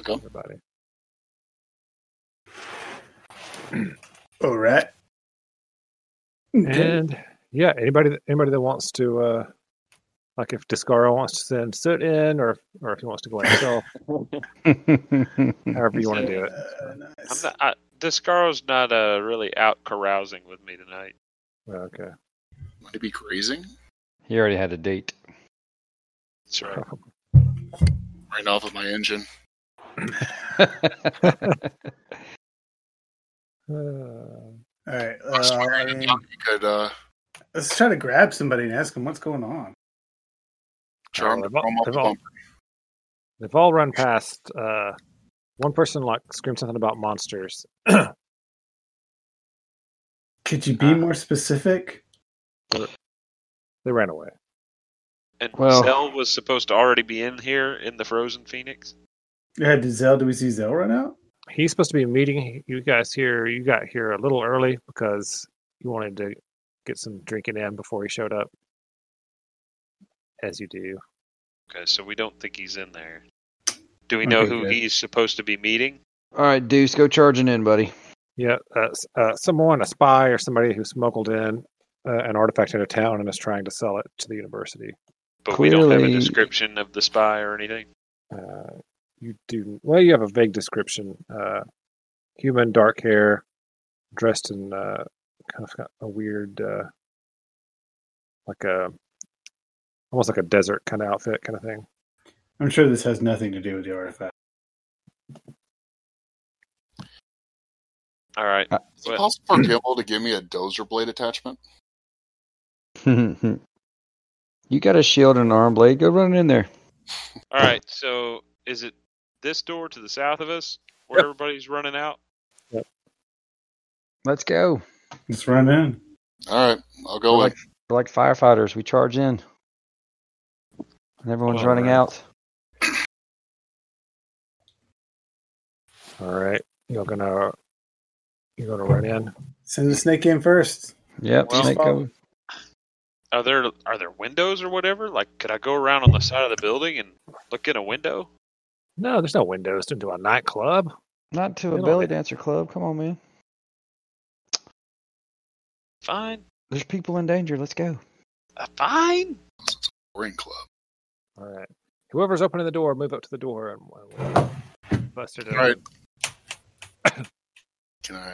S5: Okay.
S3: Everybody.
S1: All right. Okay.
S3: And yeah, anybody that- anybody that wants to, uh, like if Discaro wants to send Soot in, or or if he wants to go in himself, however you want to do it.
S1: Uh,
S2: I'm
S1: nice.
S2: not. I, Descaro's not uh, really out carousing with me tonight.
S3: Okay,
S5: Might be grazing.
S4: he already had a [laughs] date.
S2: That's right.
S5: Right off of my engine.
S3: uh,
S1: All right.
S5: I
S1: Uh,
S5: swear I
S1: I
S5: didn't
S1: mean,
S3: Um,
S5: think you could uh,
S1: let's try to grab somebody and ask them what's going on.
S5: charm
S3: Oh,
S5: to
S3: they've all-
S5: chrome up the
S3: they've all-
S5: bumper.
S3: they've all run past. Uh, one person like screamed something about monsters.
S1: Could you be
S2: Uh,
S1: more specific?
S3: They ran away.
S2: And
S4: Well-
S2: Zell was supposed to already be in here in the Frozen Phoenix.
S1: Yeah, did Zell? Do we see Zell run out?
S3: he's supposed to be meeting you guys here. You got here a little early because you wanted to get some drinking in before he showed up, as you do.
S2: Okay, so we don't think he's in there. Do we know
S4: Okay,
S2: who
S4: good.
S2: he's supposed to be meeting?
S4: All right, Deuce, go charging in, [laughs] buddy.
S3: Yeah, uh, s- uh, someone, a spy or somebody who smuggled in uh, an artifact into town and is trying to sell it to the university.
S2: But we don't have a
S4: Clearly-
S2: description of the spy or anything.
S3: Uh, you do well. You have a vague description: uh, human, dark hair, dressed in uh, kind of a weird, uh, like a almost like a desert kind of outfit, kind of thing.
S1: I'm sure this has nothing to do with the artifact.
S2: All right.
S5: Is it possible for Gimble to give me a dozer blade attachment?
S4: you got a shield and an arm blade. Go running in there.
S2: All right. So is it this door to the south of us where
S3: Yep.
S2: everybody's running out?
S4: Let's go.
S1: Let's run in.
S5: All right, I'll
S4: We're
S5: go in.
S4: like, we're like firefighters. We charge in. And everyone's
S3: All
S4: running
S3: right.
S4: out.
S3: All right, you're gonna you're gonna run in.
S1: Send the snake in first.
S4: Yep.
S2: Well,
S4: snake
S1: follow-
S4: going.
S2: Are there are there windows or whatever? Like, could I go around on the side of the building and look in a window?
S3: No, there's no windows into a nightclub.
S4: Not to
S3: They
S4: a
S3: don't
S4: belly
S3: have-
S4: dancer club. Come on, man.
S2: Fine,
S4: There's people in danger. Let's go.
S2: uh, fine.
S5: Ring club.
S3: All right. Whoever's opening the door, move up to the door and we'll we'll bust it.
S5: All
S3: open.
S5: right. Can I?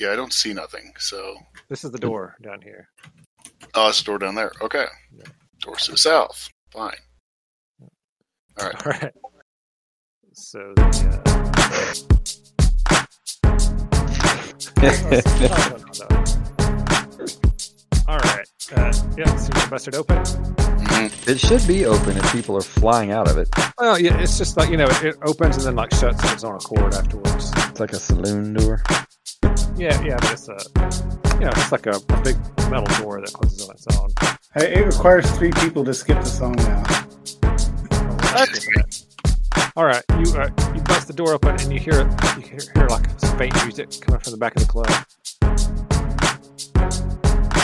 S5: Yeah, I don't see nothing. So,
S3: This is the door down here.
S5: oh, it's a door down there. Okay.
S3: Yeah.
S5: Doors to the south. Fine.
S3: All right. So. The, uh, All right. Uh, yeah, so we busted open.
S5: Mhm.
S4: it should be open if people are flying out of it.
S3: Well, yeah, it's just like you know, it, it opens and then like shuts on its own accord afterwards.
S4: It's like a saloon door.
S3: Yeah, yeah, but it's a, you know, it's like a big metal door that closes on its own.
S1: Hey, It requires three people to skip the song now.
S3: All right, you uh, you bust the door open and you hear you hear, hear like some faint music coming from the back of the club.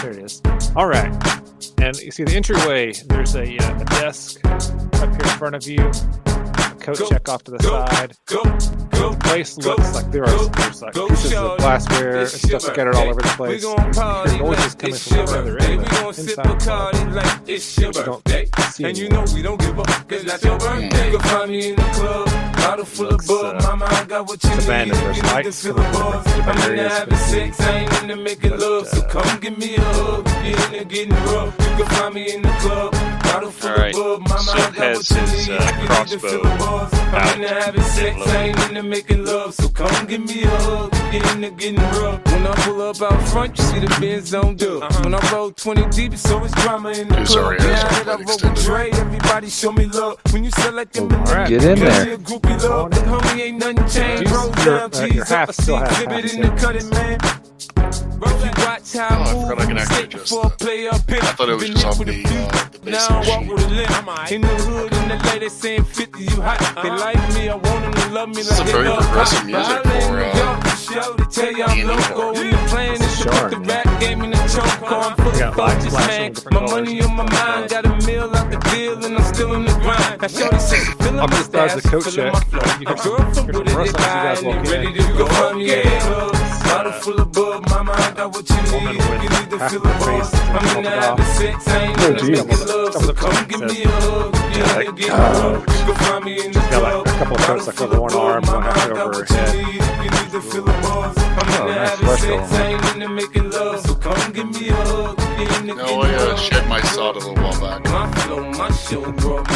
S3: There it is. All right, and you see the entryway. There's a, uh, a desk up here in front of you. A coat
S6: Go,
S3: check off to the
S6: go,
S3: side.
S6: Go, go.
S3: The place
S6: go,
S3: looks like there are
S6: go,
S3: there's like
S6: go,
S3: pieces
S6: shorty.
S3: of glassware and stuff
S6: Shiver.
S3: scattered all
S6: Hey,
S3: over the
S6: We
S3: place.
S6: gon' party
S3: Their noises
S6: like
S3: coming
S6: it's
S3: from further
S6: shiver. Hey,
S3: in,
S6: we
S3: but
S6: gon' sip
S3: inside
S6: a
S3: the club.
S6: party like it's
S3: But you
S6: shiver.
S3: don't
S6: Hey,
S3: see
S6: And you
S3: anyone.
S6: know we don't give up, cause that's your birthday. You'll find me in the club, bottle full of
S3: Looks,
S6: bug.
S3: uh,
S6: Mama, I got what you
S3: it's
S6: need.
S3: abandoned.
S6: You
S3: There's
S6: need to
S3: lights
S6: feel
S3: coming
S6: the
S3: from
S6: buzz.
S3: different
S6: I'm in the
S3: areas,
S6: having
S3: but-
S6: sex, I ain't in the making
S3: But,
S6: love. So
S3: uh,
S6: come give me a hug, get in there, getting rough. You can find me in the club, bottle full
S2: All right,
S6: of bug. Mama, I
S2: Sid
S6: got
S2: has
S6: what you
S2: his,
S6: need.
S2: uh,
S6: You need to feel the
S2: crossbow
S6: buzz. I'm in the
S2: out.
S6: having sex, I ain't in the making love. So come give me a hug, get in there, getting rough. When I pull up out front, you see the Benz on dub. When I roll 20 deep, it's always drama in the
S5: I'm
S6: club.
S5: sorry,
S6: now
S5: I just
S6: that I
S5: got
S6: roll with
S5: extended.
S6: Dre, everybody show me love. When you select them,
S3: All right.
S4: Get in
S6: you
S4: there.
S6: see a groupie love.
S3: Come on
S6: Homie, ain't nothing changed.
S3: Jeez,
S6: Roll
S3: your-
S6: down,
S3: uh, your
S6: G's up.
S3: uh, half
S6: I
S3: still
S6: see
S3: has
S6: exhibit
S3: half
S6: in the
S3: in it.
S6: cutting, man. If you watch
S5: Oh, I
S6: how I move,
S5: forgot I can actually
S6: mistake
S5: adjust
S6: before I
S5: that.
S6: play up here.
S5: I thought it was
S6: Been
S5: just
S6: hit
S5: off
S6: with
S5: the,
S6: beat.
S5: uh, the
S6: Now I walk
S5: basic
S6: with a limp. In the hood, in the lady saying 50, you hot. They
S3: Uh-huh.
S6: like me, I want them to love me
S5: This is
S6: like
S5: a
S6: they
S5: very
S6: love
S5: progressive
S6: pop.
S5: music
S6: But I live
S5: for,
S6: in
S5: uh,
S6: New York, the show, they tell you I'm
S5: Ian
S6: local.
S5: Eagle.
S6: And the plan is to put the
S3: Sharn.
S6: rap game in the choke. I'm fully
S3: got lights
S6: focused,
S3: flashing
S6: man.
S3: different
S6: My
S3: colors.
S6: money on my mind, got a meal out the deal, and I'm still in the grind. Now, shorty says, feeling
S3: I'm
S6: my
S3: just as a
S6: stats,
S3: coach
S6: feeling
S3: check.
S6: my
S3: You
S6: flow. A
S3: hear some-
S6: girl from
S3: hear some
S6: Wooded, they
S3: rustling as you
S6: buy,
S3: guys
S6: and
S3: walk
S6: they
S3: in.
S6: ready to go. Mommy, yeah. Bottle full of bug, mama, I got what you
S3: woman
S6: need.
S3: with
S6: You need to
S3: half
S6: feel
S3: her
S6: the buzz.
S3: face is
S6: I'm in
S3: chopped
S6: the
S3: off.
S6: habit sex, I
S3: Oh,
S6: ain't gonna
S1: geez.
S6: make it love.
S3: Double
S6: So
S3: the
S6: come
S3: fuck
S6: give
S3: says-
S6: me a hug. Yeah, yeah, get rough. You can find me in the
S3: got, like,
S6: club.
S3: a couple of coats, like, over one arm, one half over her head.
S4: Oh, nice flesh going on.
S5: No, I uh, shed my sod a little while back.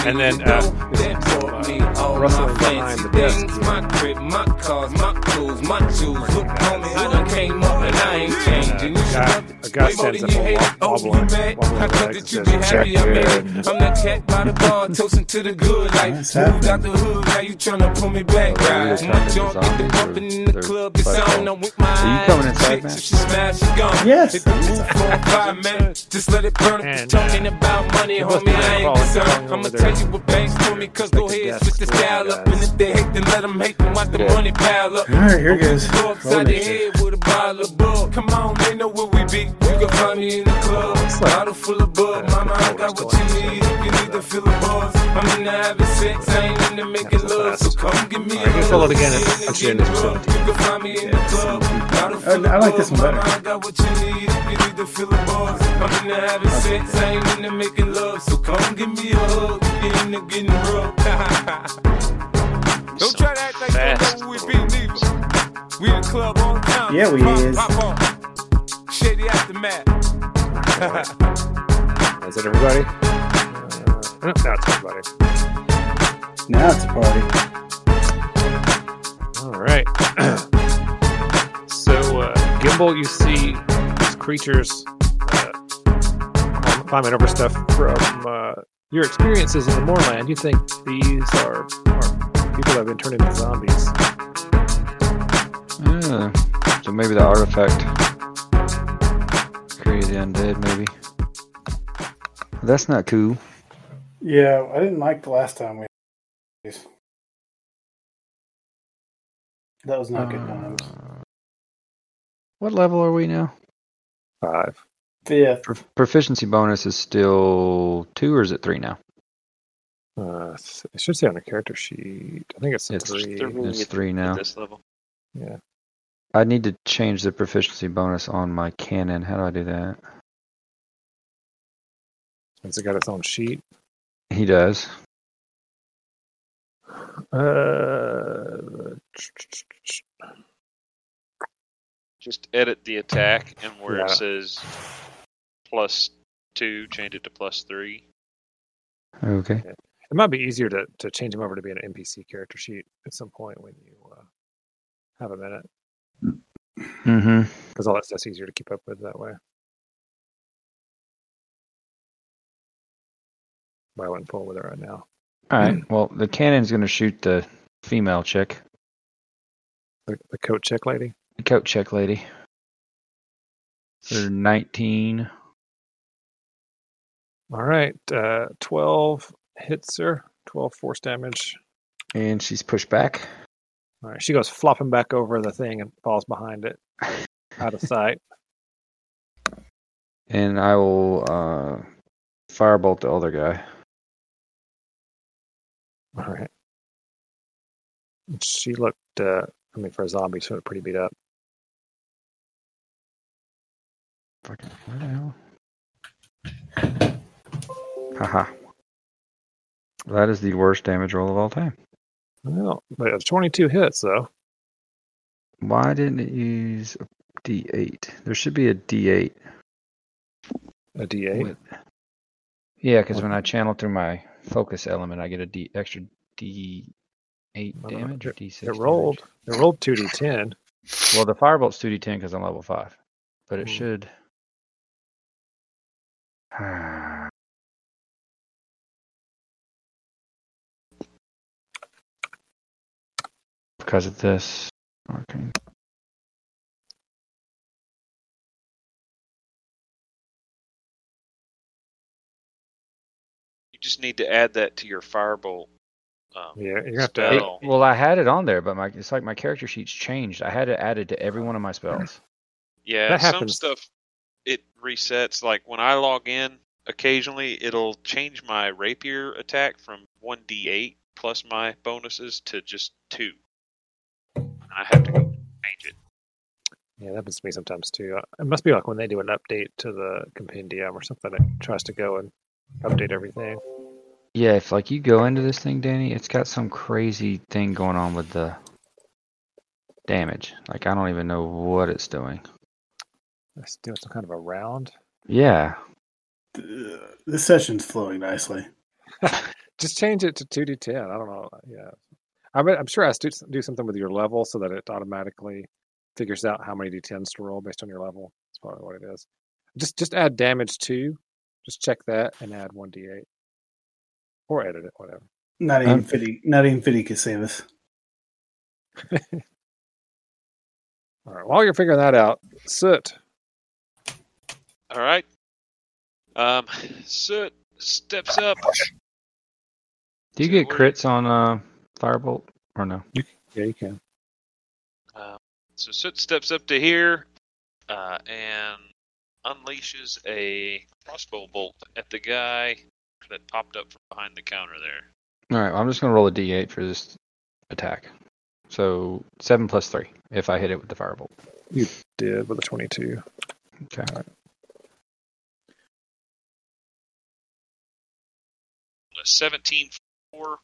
S3: And then, uh, there's some, uh, rustling behind the desk.
S6: My crib, my cars, my clothes, my shoes. Look, homie, I done came up and I ain't changing. You should
S3: guy,
S6: love
S3: uh, a guy stands up and wa-
S6: Oh,
S3: wobbling,
S6: you
S3: wobbling
S6: mad? How
S3: legs
S6: come
S3: and
S6: that you
S3: says,
S6: be happy I
S4: "Check
S6: made it?
S4: in."
S6: I'm that cat by the
S3: [laughs]
S6: bar, toasting to the good life.
S1: What's
S6: Moved out the
S1: happening?
S6: hood, now you tryna pull me back.
S4: Oh, they're really
S6: When my
S4: turning
S6: junk
S4: into
S6: get the
S4: zombies or
S6: bumping in the
S4: they're
S6: club, it's
S4: psycho?
S6: on. I'm with my
S4: Are you
S6: eyes.
S4: coming
S6: on
S4: inside,
S6: chicks.
S4: Matt?
S6: If she smash, she gone.
S1: Yes.
S6: Hit the roof for a five man. Just let it burn up.
S3: And,
S6: Just talking about money,
S3: they must
S6: homie,
S3: be
S6: I ain't
S3: crawling along
S6: concerned.
S3: over
S6: I'ma
S3: there.
S6: tell you what banks for me, cause go
S3: Expected
S6: ahead,
S3: death
S6: switch the
S3: for all
S6: style up.
S3: guys.
S6: And if they hate, then let them hate them. Watch the
S4: Yeah.
S6: money pile up.
S1: All right, here goes.
S6: Go
S1: Roll
S6: upside the
S1: initiative.
S6: head with a bottle of bug. Come on, they know where we be. You can find me in the club.
S3: like,
S6: Bottle full of bug.
S3: uh,
S6: Mama, I got what you need. If you need to feel the buzz, I'm in the having sex. I ain't in the making
S3: That's
S6: love. So
S3: fast.
S6: come give me
S3: Alright,
S6: a
S3: you follow it again
S6: hug.
S3: and-
S6: Get in
S3: and
S6: the
S3: shoot
S6: club.
S3: it.
S6: You can find me in the club. Bottle full
S1: I- I
S6: of
S1: like this
S6: bug.
S1: one better.
S6: Mama, I got what you need. If you need to feel the buzz, I'm in the having sex. I ain't in the making love. So come give me a hug. Get in the getting rough. [laughs] Don't try to act like you
S2: Fast.
S6: know who we be, neither. We in the club all the time.
S1: Yeah, we
S6: pop,
S1: is.
S6: Pop on. Shady aftermath.
S3: Is that everybody? Uh, no, no, it's everybody.
S1: Now it's a party.
S3: All right. so, uh, Gimbal, you see these creatures uh, climb- climbing over stuff from uh, your experiences in the moorland. You think these are, are people that have been turned into zombies.
S4: Yeah. So maybe the artifact created the undead, maybe. That's not cool.
S1: Yeah, I didn't like the last time we. Uh, That was not good times.
S4: Uh, What level are we now?
S3: Five.
S1: Fifth.
S4: Pro- proficiency bonus is still two, or is it three now?
S3: Uh, s- it should say on the character sheet. I think it's,
S4: It's
S3: three.
S2: three.
S4: It's three
S2: at
S4: now.
S2: this level.
S3: Yeah.
S4: I need to change the proficiency bonus on my cannon. How do I do that?
S3: Has it got its own sheet?
S4: He does.
S3: Uh,
S2: Just edit the attack and where it
S3: Yeah.
S2: says plus two, change it to plus three.
S4: Okay.
S3: it might be easier to, to change him over to be an NPC character sheet at some point when you uh, have a minute,
S4: Mm-hmm.
S3: because all that stuff's easier to keep up with that way. But I wouldn't fool with it right now.
S4: All right. Well, the cannon's going to shoot the female chick,
S3: The, the coat check lady.
S4: the coat chick lady. They're 19.
S3: All right, uh, twelve hits her. Twelve force damage.
S4: And she's pushed back.
S3: All right, she goes flopping back over the thing and falls behind it, out of sight.
S4: And I will uh, firebolt the other guy.
S3: All right. She looked, uh, I mean, for a zombie, she looked pretty beat up.
S4: Fucking, where the hell? Haha. That is the worst damage roll of all time.
S3: Well, but it was 22 hits, though.
S4: Why didn't it use a D8? There should be a D8.
S3: A D8.
S4: with- Yeah, because when I channel through my focus element, I get a D extra D8
S3: I don't know,
S4: damage or D6.
S3: It
S4: damage.
S3: rolled. It rolled 2d10.
S4: Well, the firebolt's 2D10 because I'm level 5, but it
S3: Hmm.
S4: should. [sighs] because of this. Okay.
S2: You just need to add that to your firebolt. Um,
S3: Yeah, you're gonna have to.
S4: It-
S2: Spell. Oh.
S4: well, I had it on there, but my it's like my character sheet's changed. I had it added to every one of my spells.
S2: Yeah,
S3: That
S2: some
S3: happens.
S2: stuff it resets. Like when I log in, occasionally it'll change my rapier attack from one d eight plus my bonuses to just two. And I have to go change it.
S3: Yeah, that happens to me sometimes too. Uh, It must be like when they do an update to the compendium or something. It tries to go and update everything.
S4: Yeah, if like you go into this thing, Danny, it's got some crazy thing going on with the damage. Like I don't even know what it's doing.
S3: It's doing some kind of a round.
S4: Yeah.
S1: This session's flowing nicely.
S3: Just change it to 2d10. I don't know. Uh, Yeah, I mean, I'm sure I do do something with your level so that it automatically figures out how many d10s to roll based on your level. That's probably what it is. Just just add damage to. Just check that and add one d8, or edit it, whatever.
S1: Not even
S4: Um,
S1: Fiddy. Not even Fiddy could save us.
S3: All right. While you're figuring that out, soot.
S2: All right. Um, Soot steps up.
S4: Do you
S2: So
S4: get
S2: we're-
S4: crits on uh, firebolt or no?
S3: Yeah, you can.
S2: So Soot steps up to here uh, and unleashes a crossbow bolt at the guy that popped up from behind the counter there.
S4: All right, I'm just gonna roll a d8 for this attack. So seven plus three if I hit it with the firebolt.
S3: Did with a 22.
S4: Okay.
S2: A 17 4,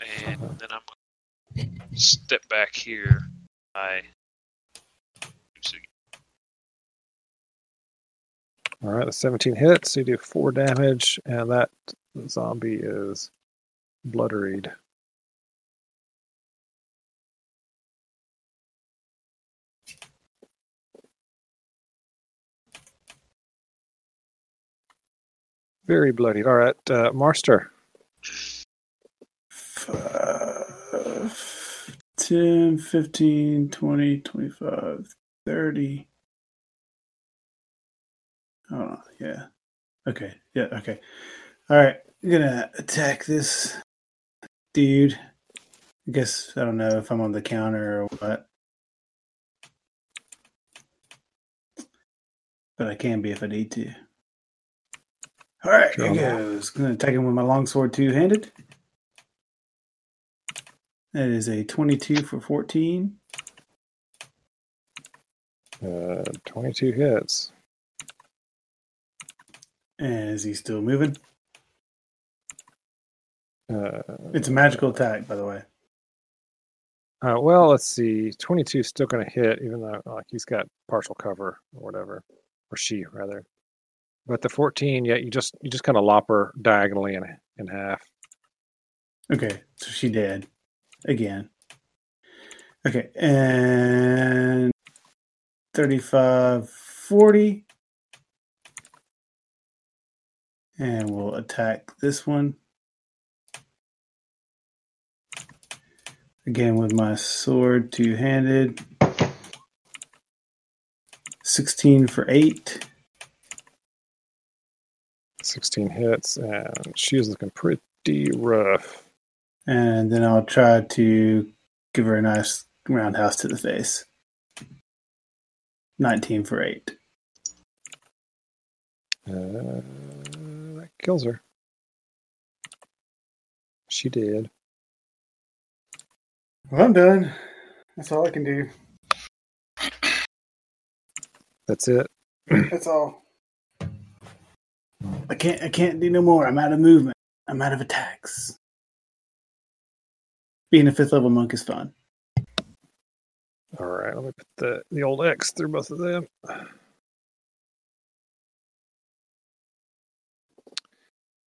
S2: and then I'm going to step back here. I.
S3: All right, the 17 hits. So you do four damage, and that zombie is blooderied. Very bloodied. All right, uh, Marster.
S1: Five, 10, 15, 20, 25, 30. Oh, yeah. Okay. Yeah. Okay. All right. I'm going to attack this dude. I guess I don't know if I'm on the counter or what. but I can be if I need to. All right, here goes. I'm going to take him with my longsword two handed. That is a 22 for 14.
S7: Uh, 22 hits.
S1: And is he still moving?
S7: Uh,
S1: It's a magical attack, by the way.
S3: Uh, well, let's see. 22 still going to hit, even though like he's got partial cover or whatever, or she rather. But the 14, yeah, you just you just kind of lop her diagonally in in half.
S1: Okay, so she dead again. Okay, and 35 40. And we'll attack this one. Again with my sword two handed. 16 for 8.
S3: 16 hits, and she's looking pretty rough.
S1: And then I'll try to give her a nice roundhouse to the face. 19 for 8.
S3: Uh, that kills her. She did.
S1: Well, I'm done. That's all I can do.
S3: That's it.
S1: That's all. I can't. I can't do no more. I'm out of movement. I'm out of attacks. Being a fifth level monk is fun.
S3: All right, let me put the, the old X through both of them.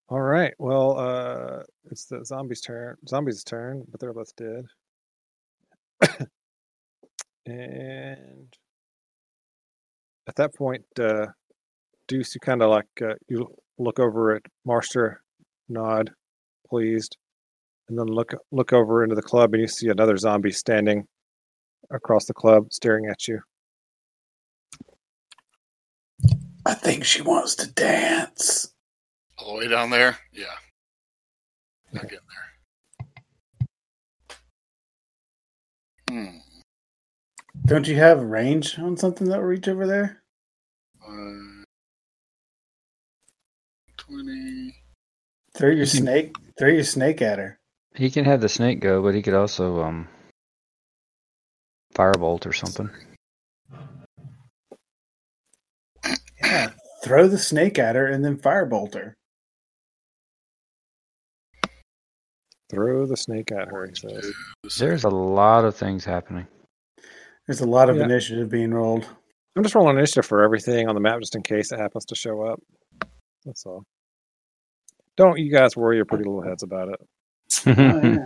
S3: All right, well, uh, it's the zombies' turn. Zombies' turn, but they're both dead. [coughs] and at that point, uh, Deuce, you kind of like uh, you look over at Marster, nod, pleased, and then look look over into the club, and you see another zombie standing across the club staring at you.
S1: I think she wants to dance.
S5: All the way down there? Yeah. Not getting there. Hmm.
S1: Don't you have range on something that will reach over there?
S5: Uh, 20.
S1: Throw your snake. Throw your snake at her.
S4: He can have the snake go, but he could also um firebolt or something.
S1: Yeah. Throw the snake at her and then firebolt her.
S3: Throw the snake at her, he says.
S4: There's a lot of things [laughs] happening.
S1: There's a lot of
S3: Yeah.
S1: initiative being rolled.
S3: I'm just rolling initiative for everything on the map just in case it happens to show up. That's all. Don't you guys worry your pretty little heads about it.
S1: Oh, yeah.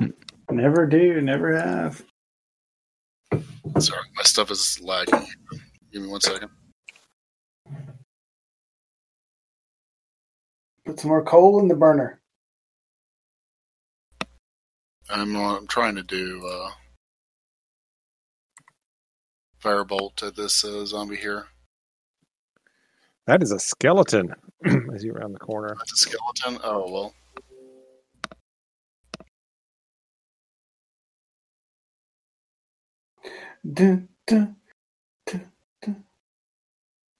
S1: never do. Never have.
S5: Sorry, my stuff is lagging. Give me one second.
S1: Put some more coal in the burner.
S5: I'm, uh, I'm trying to do uh, firebolt at this uh, zombie here.
S3: That is a skeleton [clears throat] as you round the corner.
S5: That's a skeleton. Oh well.
S1: Dun, dun, dun, dun.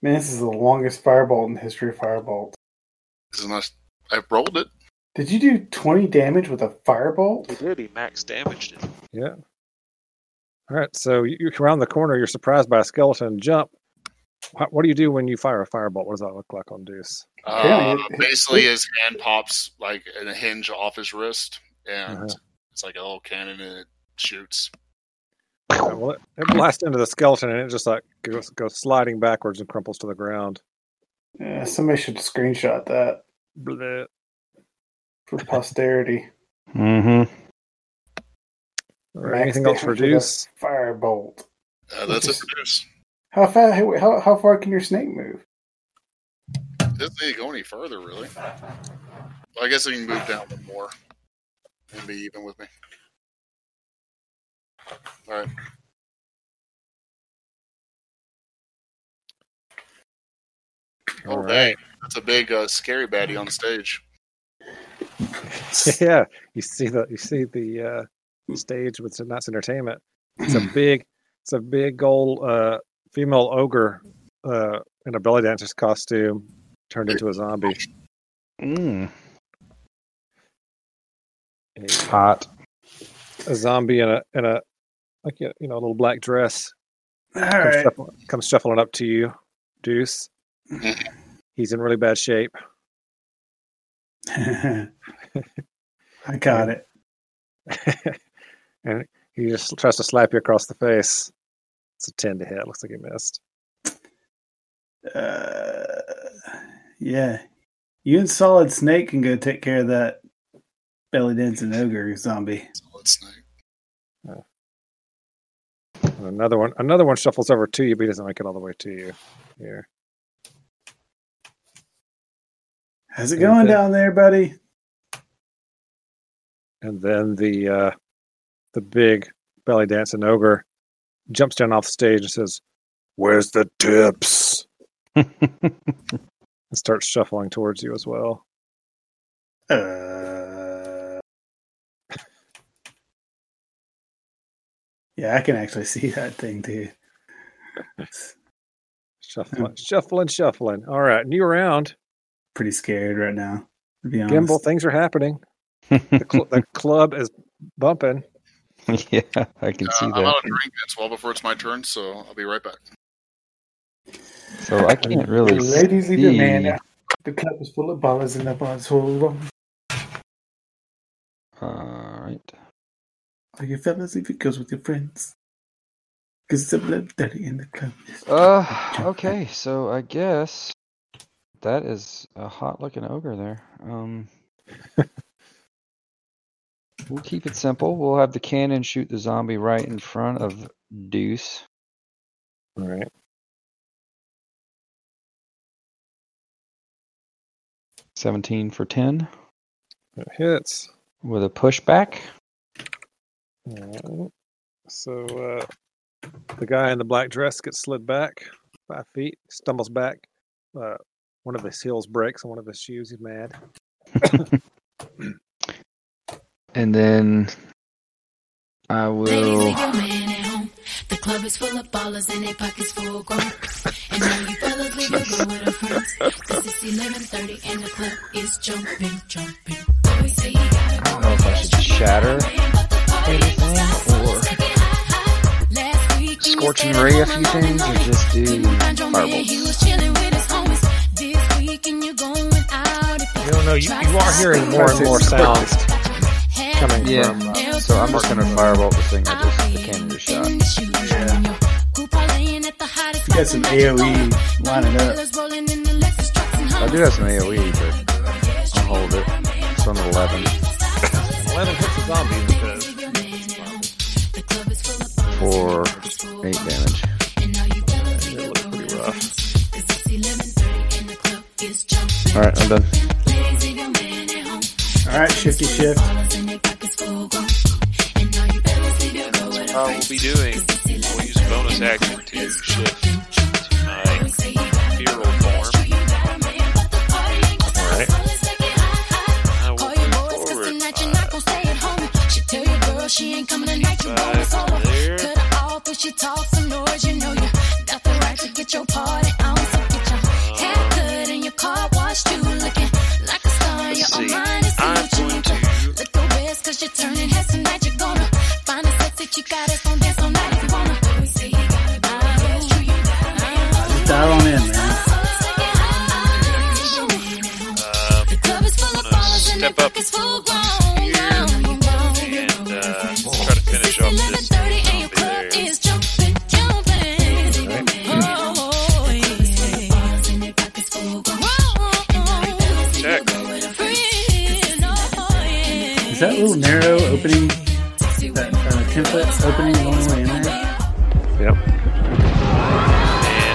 S1: Man, this is the longest firebolt in the history of firebolt.
S5: This is not. I rolled it.
S1: Did you do 20 damage with a firebolt?
S2: He did. He max damaged it.
S3: All right, so you, you round the corner, you're surprised by a skeleton jump. What, what do you do when you fire a firebolt? What does that look like
S1: [laughs]
S3: on Deuce?
S5: Uh,
S1: it- it-
S5: basically, his hand pops like in a hinge off his wrist, and
S3: Uh-huh.
S5: it's like a little cannon, and it shoots.
S3: All right, well, it, it blasts into the skeleton and it just like goes, goes sliding backwards and crumples to the ground.
S1: Yeah, somebody should screenshot that
S3: Bleh. [laughs]
S1: for posterity.
S4: mm-hmm.
S3: All right,
S1: Max
S3: anything else for
S1: damage with a
S3: Deuce?
S1: Firebolt.
S5: Uh, that's it. for this.
S1: How far? How, how far can your snake move?
S5: Doesn't need to go any further, really. Well, I guess I can move down one more and be even with me. All right.
S3: All
S5: Oh,
S3: right.
S5: dang. That's a big, uh, scary baddie on stage.
S3: [laughs] yeah, you see the you see the
S1: Hmm.
S3: uh, stage with tonight's entertainment. It's a big, it's a big old uh, female ogre uh, in a belly dancer's costume turned into a zombie.
S4: Mm,
S3: A,
S4: hot. [laughs]
S3: a zombie in a in a like you know a little black dress
S1: All
S3: comes,
S1: right.
S3: shuffling, comes shuffling up to you, Deuce.
S1: Hmm.
S3: He's in really bad shape.
S1: [laughs] I got it.
S3: and he just tries to slap you across the face. It's a 10 to hit. Looks like he missed.
S1: Uh, yeah. You and Solid Snake can go take care of that belly dancing ogre zombie.
S5: Solid Snake.
S3: And another one another one shuffles over to you, but he doesn't make it all the way to you. Here.
S1: How's it going
S3: Okay.
S1: down there, buddy?
S3: And then the uh, the big belly dancing ogre jumps down off the stage and says, Where's the tips? And starts shuffling towards you as well.
S1: Uh, yeah, I can actually see that thing too.
S3: Shuffling, shuffling, shuffling. All right, new round.
S1: Pretty scared right now, to be honest.
S3: Gimbal, things are happening. The, cl- the club is bumping.
S4: yeah, I can
S5: Uh,
S4: see
S5: I'm out
S4: that.
S5: of drink. It's well before it's my turn, so I'll be right back.
S4: So I can't really
S8: Ladies and
S4: see.
S8: gentlemen, the cup is full of ballers in the bus. Hold on.
S4: All right.
S8: Are you fellas if it goes with your friends? Cause it's a blood daddy in the club.
S4: Uh, okay, so I guess that is a hot looking ogre there.
S8: [laughs]
S4: Um, we'll keep it simple. We'll have the cannon shoot the zombie right in front of Deuce.
S7: All right.
S4: Seventeen for ten
S7: It hits.
S4: with a pushback.
S7: All right.
S3: So uh, the guy in the black dress gets slid back five feet, stumbles back. Uh, one of his heels breaks on one of his shoes. He's mad.
S4: And then I
S9: Ladies
S4: will.
S9: and your man at home. The club is full of ballers and their pockets full of grown. And now you fellas leave the room with our friends. 'Cause it's 11:30 and the club is jumping, jumping. We say you gotta
S4: I don't know if I should shatter anything or
S9: Last week you
S4: scorch and
S9: said
S4: ray a
S9: I'm
S4: few
S9: alone
S4: things or
S9: and lonely.
S4: just do
S9: Didn't find your man, he
S4: fireballs.
S9: was chilling with his homies. This week and you're going out if
S3: You don't know. You, you are hearing more and more sounds coming from. Uh,
S4: Yeah, um, so I'm just gonna fireball the thing I just the cannon just shot.
S1: You got some AoE lining up.
S4: E I do have some AOE, but I'll hold it. So I'm at 11.
S3: 11 hits a zombie because
S4: for 8 damage.
S3: it looks pretty rough.
S4: Alright, I'm done.
S1: All right, shifty shift.
S2: I will be doing. We'll use a bonus action to shift to my feral form.
S3: All right.
S2: I will move forward five, five there.
S9: She talk some noise, you know you got the right to get your party on. So get your hair good and your car washed too. Looking like a star,
S2: Let's
S9: you're
S2: see.
S9: online. It's
S2: I'm
S9: what you
S2: going
S9: need
S2: to.
S9: Look the best cause you're turning heads tonight. You're gonna find a sex that you got us on dance all night if you wanna.
S1: Just dial on in, man.
S2: Um,
S9: Step up here
S2: and uh, try to finish off this zombie there. Check.
S1: Is that little narrow opening, that uh, 10 foot opening the only way in there?
S2: And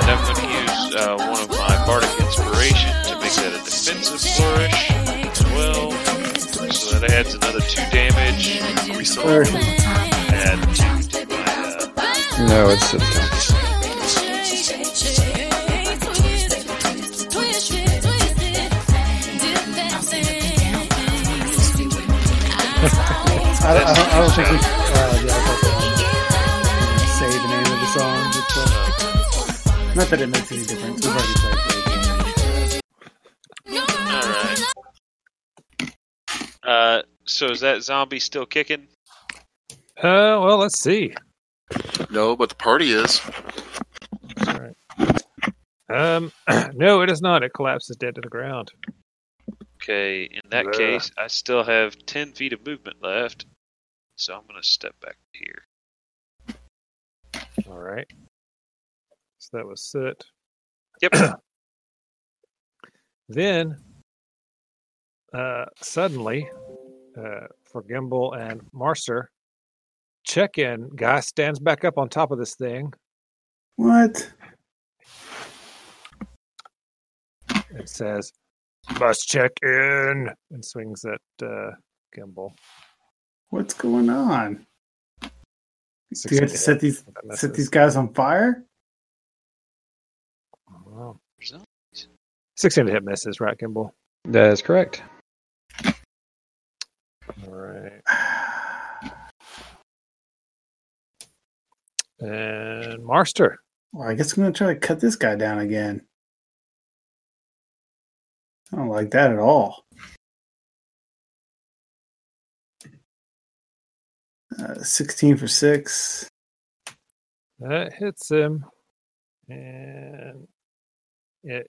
S2: I'm going to use uh, one of my bardic inspiration to make that a defensive flourish as well. So that adds another two damage. Are we still
S1: Or,
S2: add two to my uh,
S4: No, it's it's-
S1: [laughs] I, don't, I, don't, I don't think we uh, yeah, I don't think we can say the name of the song. It's, uh, Not that it makes any difference. We've already played Blade Runner.
S2: All right. Uh, so is that zombie still kicking?
S3: Uh, well, let's see.
S5: No, but the party is.
S3: Um, [clears throat] no, it is not. It collapses dead to the ground.
S2: Okay, in that
S3: Yeah.
S2: case, I still have 10 feet of movement left. So I'm going to step back here.
S3: All right. So that was soot.
S2: Yep.
S3: Then, uh, suddenly, uh, for Gimbal and Marcer, check in guy stands back up on top of this thing
S1: What?
S3: and says, Must check in, and swings at uh, Gimbal.
S1: What's going on? Do you have to set these
S3: That
S1: set
S3: misses.
S1: these guys on fire? [sighs]
S3: Wow. 16 to hit misses, right, Gimbal?
S4: That is correct.
S3: All right. And Marster.
S1: Well, I guess I'm gonna try to cut this guy down again. I don't like that at all. Uh, Sixteen for six.
S3: That hits him, and it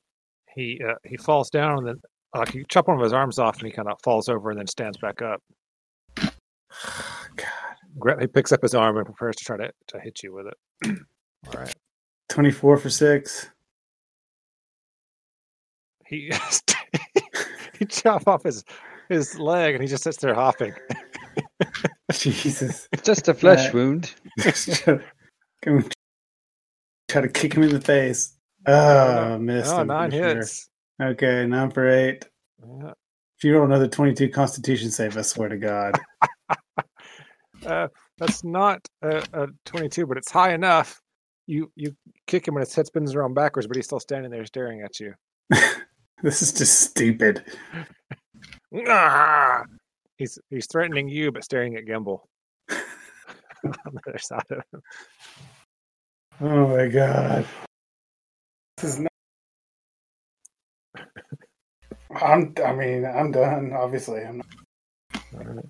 S3: he uh, he falls down and then like you chop one of his arms off and he kind of falls over and then stands back up.
S1: [sighs] God.
S3: Gra- He picks up his arm and prepares to try to, to hit you with it. All right,
S1: Twenty-four for
S3: [laughs]
S1: six.
S3: he [laughs] he chop off his his leg and he just sits there hopping.
S1: [laughs] Jesus.
S4: Just a flesh
S1: Right.
S4: wound.
S1: Can we [laughs] try to kick him in the face? Oh, missed.
S3: Oh,
S1: him
S3: nine
S1: for sure.
S3: hits.
S1: Okay, nine for eight.
S3: Yeah.
S1: If you roll another 22 Constitution save, I swear to God. [laughs]
S3: Uh, that's not a, a 22, but it's high enough. You you kick him and his head spins around backwards, but he's still standing there staring at you.
S1: This is just stupid.
S3: "Nah!" He's he's threatening you, but staring at Gimbal. [laughs] on the other side of him.
S1: Oh my God. This is not. I'm. I mean, I'm done. Obviously, I'm not.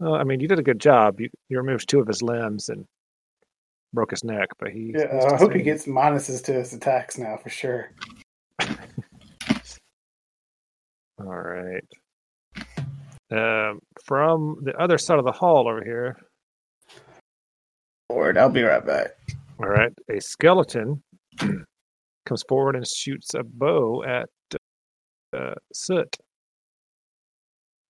S3: Well, I mean, you did a good job. You you removed two of his limbs and broke his neck, but he.
S1: Yeah,
S3: he's
S1: uh, I
S3: still
S1: hope he
S3: standing.
S1: gets minuses to his attacks now for sure.
S3: All right. Um, from the other side of the hall over here,
S1: Lord, I'll be right back.
S3: All right. A skeleton [clears throat] comes forward and shoots a bow at uh, Soot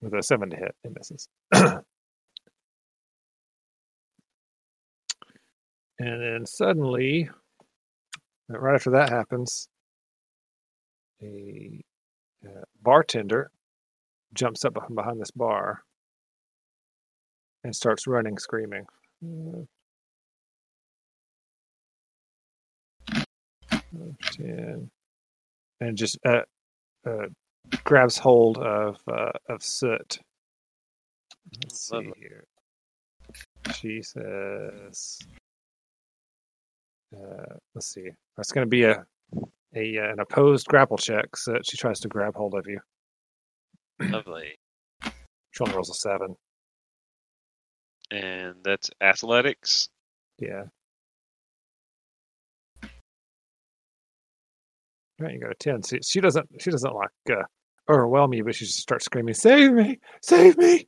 S3: with a seven to hit. It misses. [clears throat] and then suddenly, uh, right after that happens, a uh, bartender jumps up from behind this bar and starts running, screaming. Uh, 10 and just uh, uh, grabs hold of uh, of soot let's see
S2: Lovely.
S3: here she says uh, let's see that's going to be a, a uh, an opposed grapple check so she tries to grab hold of you
S2: [coughs] Lovely.
S3: she only rolls a seven
S2: And that's athletics.
S3: yeah Right, you got a ten. See, she doesn't. She doesn't like uh, overwhelm you, but she just starts screaming, "Save me! Save me!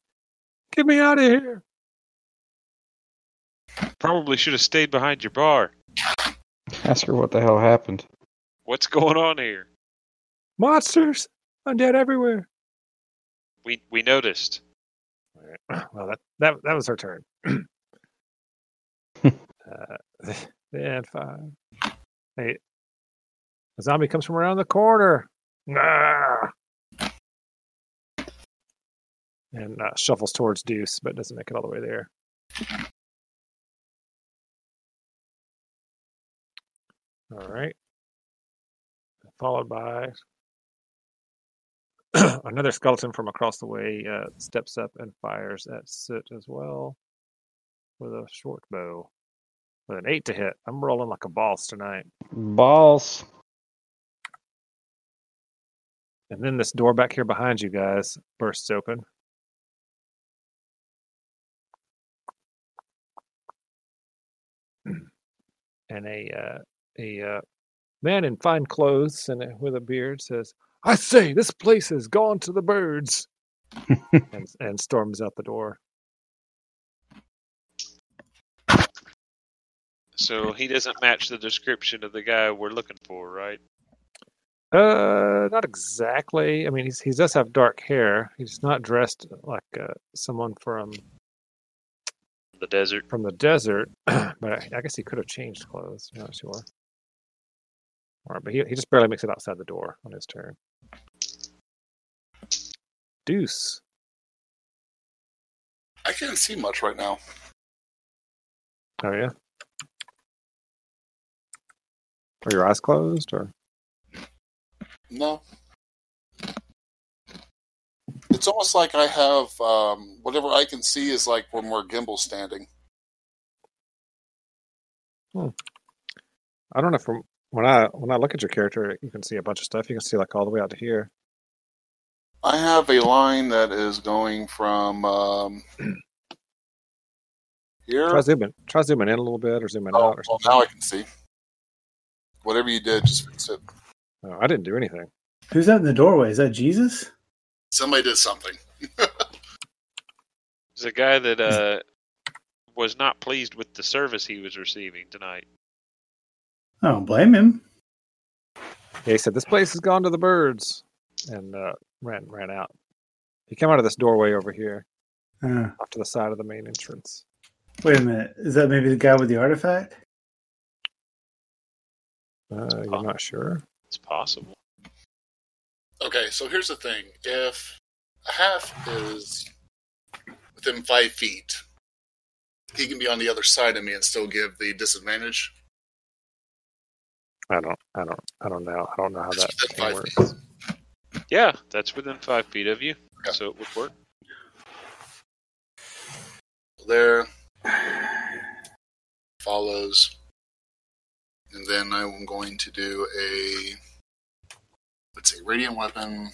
S3: Get me out of here!"
S2: Probably should have stayed behind your bar.
S4: Ask her what the hell happened.
S2: What's going on here?
S3: Monsters! Undead everywhere!
S2: We we noticed.
S3: [clears throat] Well, that, that, that was her turn. [clears throat] uh, [laughs] then five. Eight. A zombie comes from around the corner. Nah! And uh, shuffles towards Deuce, but doesn't make it all the way there. All right. Followed by [clears throat] another skeleton from across the way uh, steps up and fires at Soot as well with a short bow. with an eight to hit. I'm rolling like a boss tonight.
S4: Balls.
S3: And then this door back here behind you guys bursts open. [clears throat] And a uh, a uh, man in fine clothes and a- with a beard says, "I say, this place has gone to the birds," and, and storms out the door.
S2: So he doesn't match the description of the guy we're looking for, right?
S3: Uh, not exactly. I mean, he's, he does have dark hair. He's not dressed like uh, someone from
S2: The desert.
S3: from the desert, [clears throat] but I, I guess he could have changed clothes. I'm not sure. All right, but he, he just barely makes it outside the door on his turn. Deuce.
S5: I can't see much right now.
S3: Oh yeah. Are your eyes closed or?
S5: No. It's almost like I have um, whatever I can see is like when we're gimbal standing.
S3: I don't know. From when I when I look at your character, you can see a bunch of stuff. You can see like all the way out to here.
S5: I have a line that is going from um, here.
S3: Try zooming. Try zooming in a little bit or zooming
S5: Oh,
S3: out or
S5: well,
S3: something.
S5: now I can see. Whatever you did, just fix it.
S3: No, Oh, I didn't do anything.
S1: Who's out in the doorway? Is that Jesus?
S5: Somebody did something.
S2: It's a guy that uh, was not pleased with the service he was receiving tonight.
S1: I don't blame him.
S3: Yeah, he said this place has gone to the birds, and uh, ran ran out. He came out of this doorway over here,
S1: Uh,
S3: off to the side of the main entrance.
S1: wait a minute. Is that maybe the guy with the artifact?
S3: Uh, you're not sure.
S2: It's possible.
S5: Okay, so here's the thing: if a half is within five feet, he can be on the other side of me and still give the disadvantage.
S3: I don't. I don't. I don't know. I don't know how
S5: It's
S3: that
S5: within
S3: thing
S5: five
S3: works.
S5: feet.
S2: Yeah, that's within five feet of you,
S5: Okay.
S2: so it would work.
S5: There follows, and then I'm going to do a let's see, radiant weapon.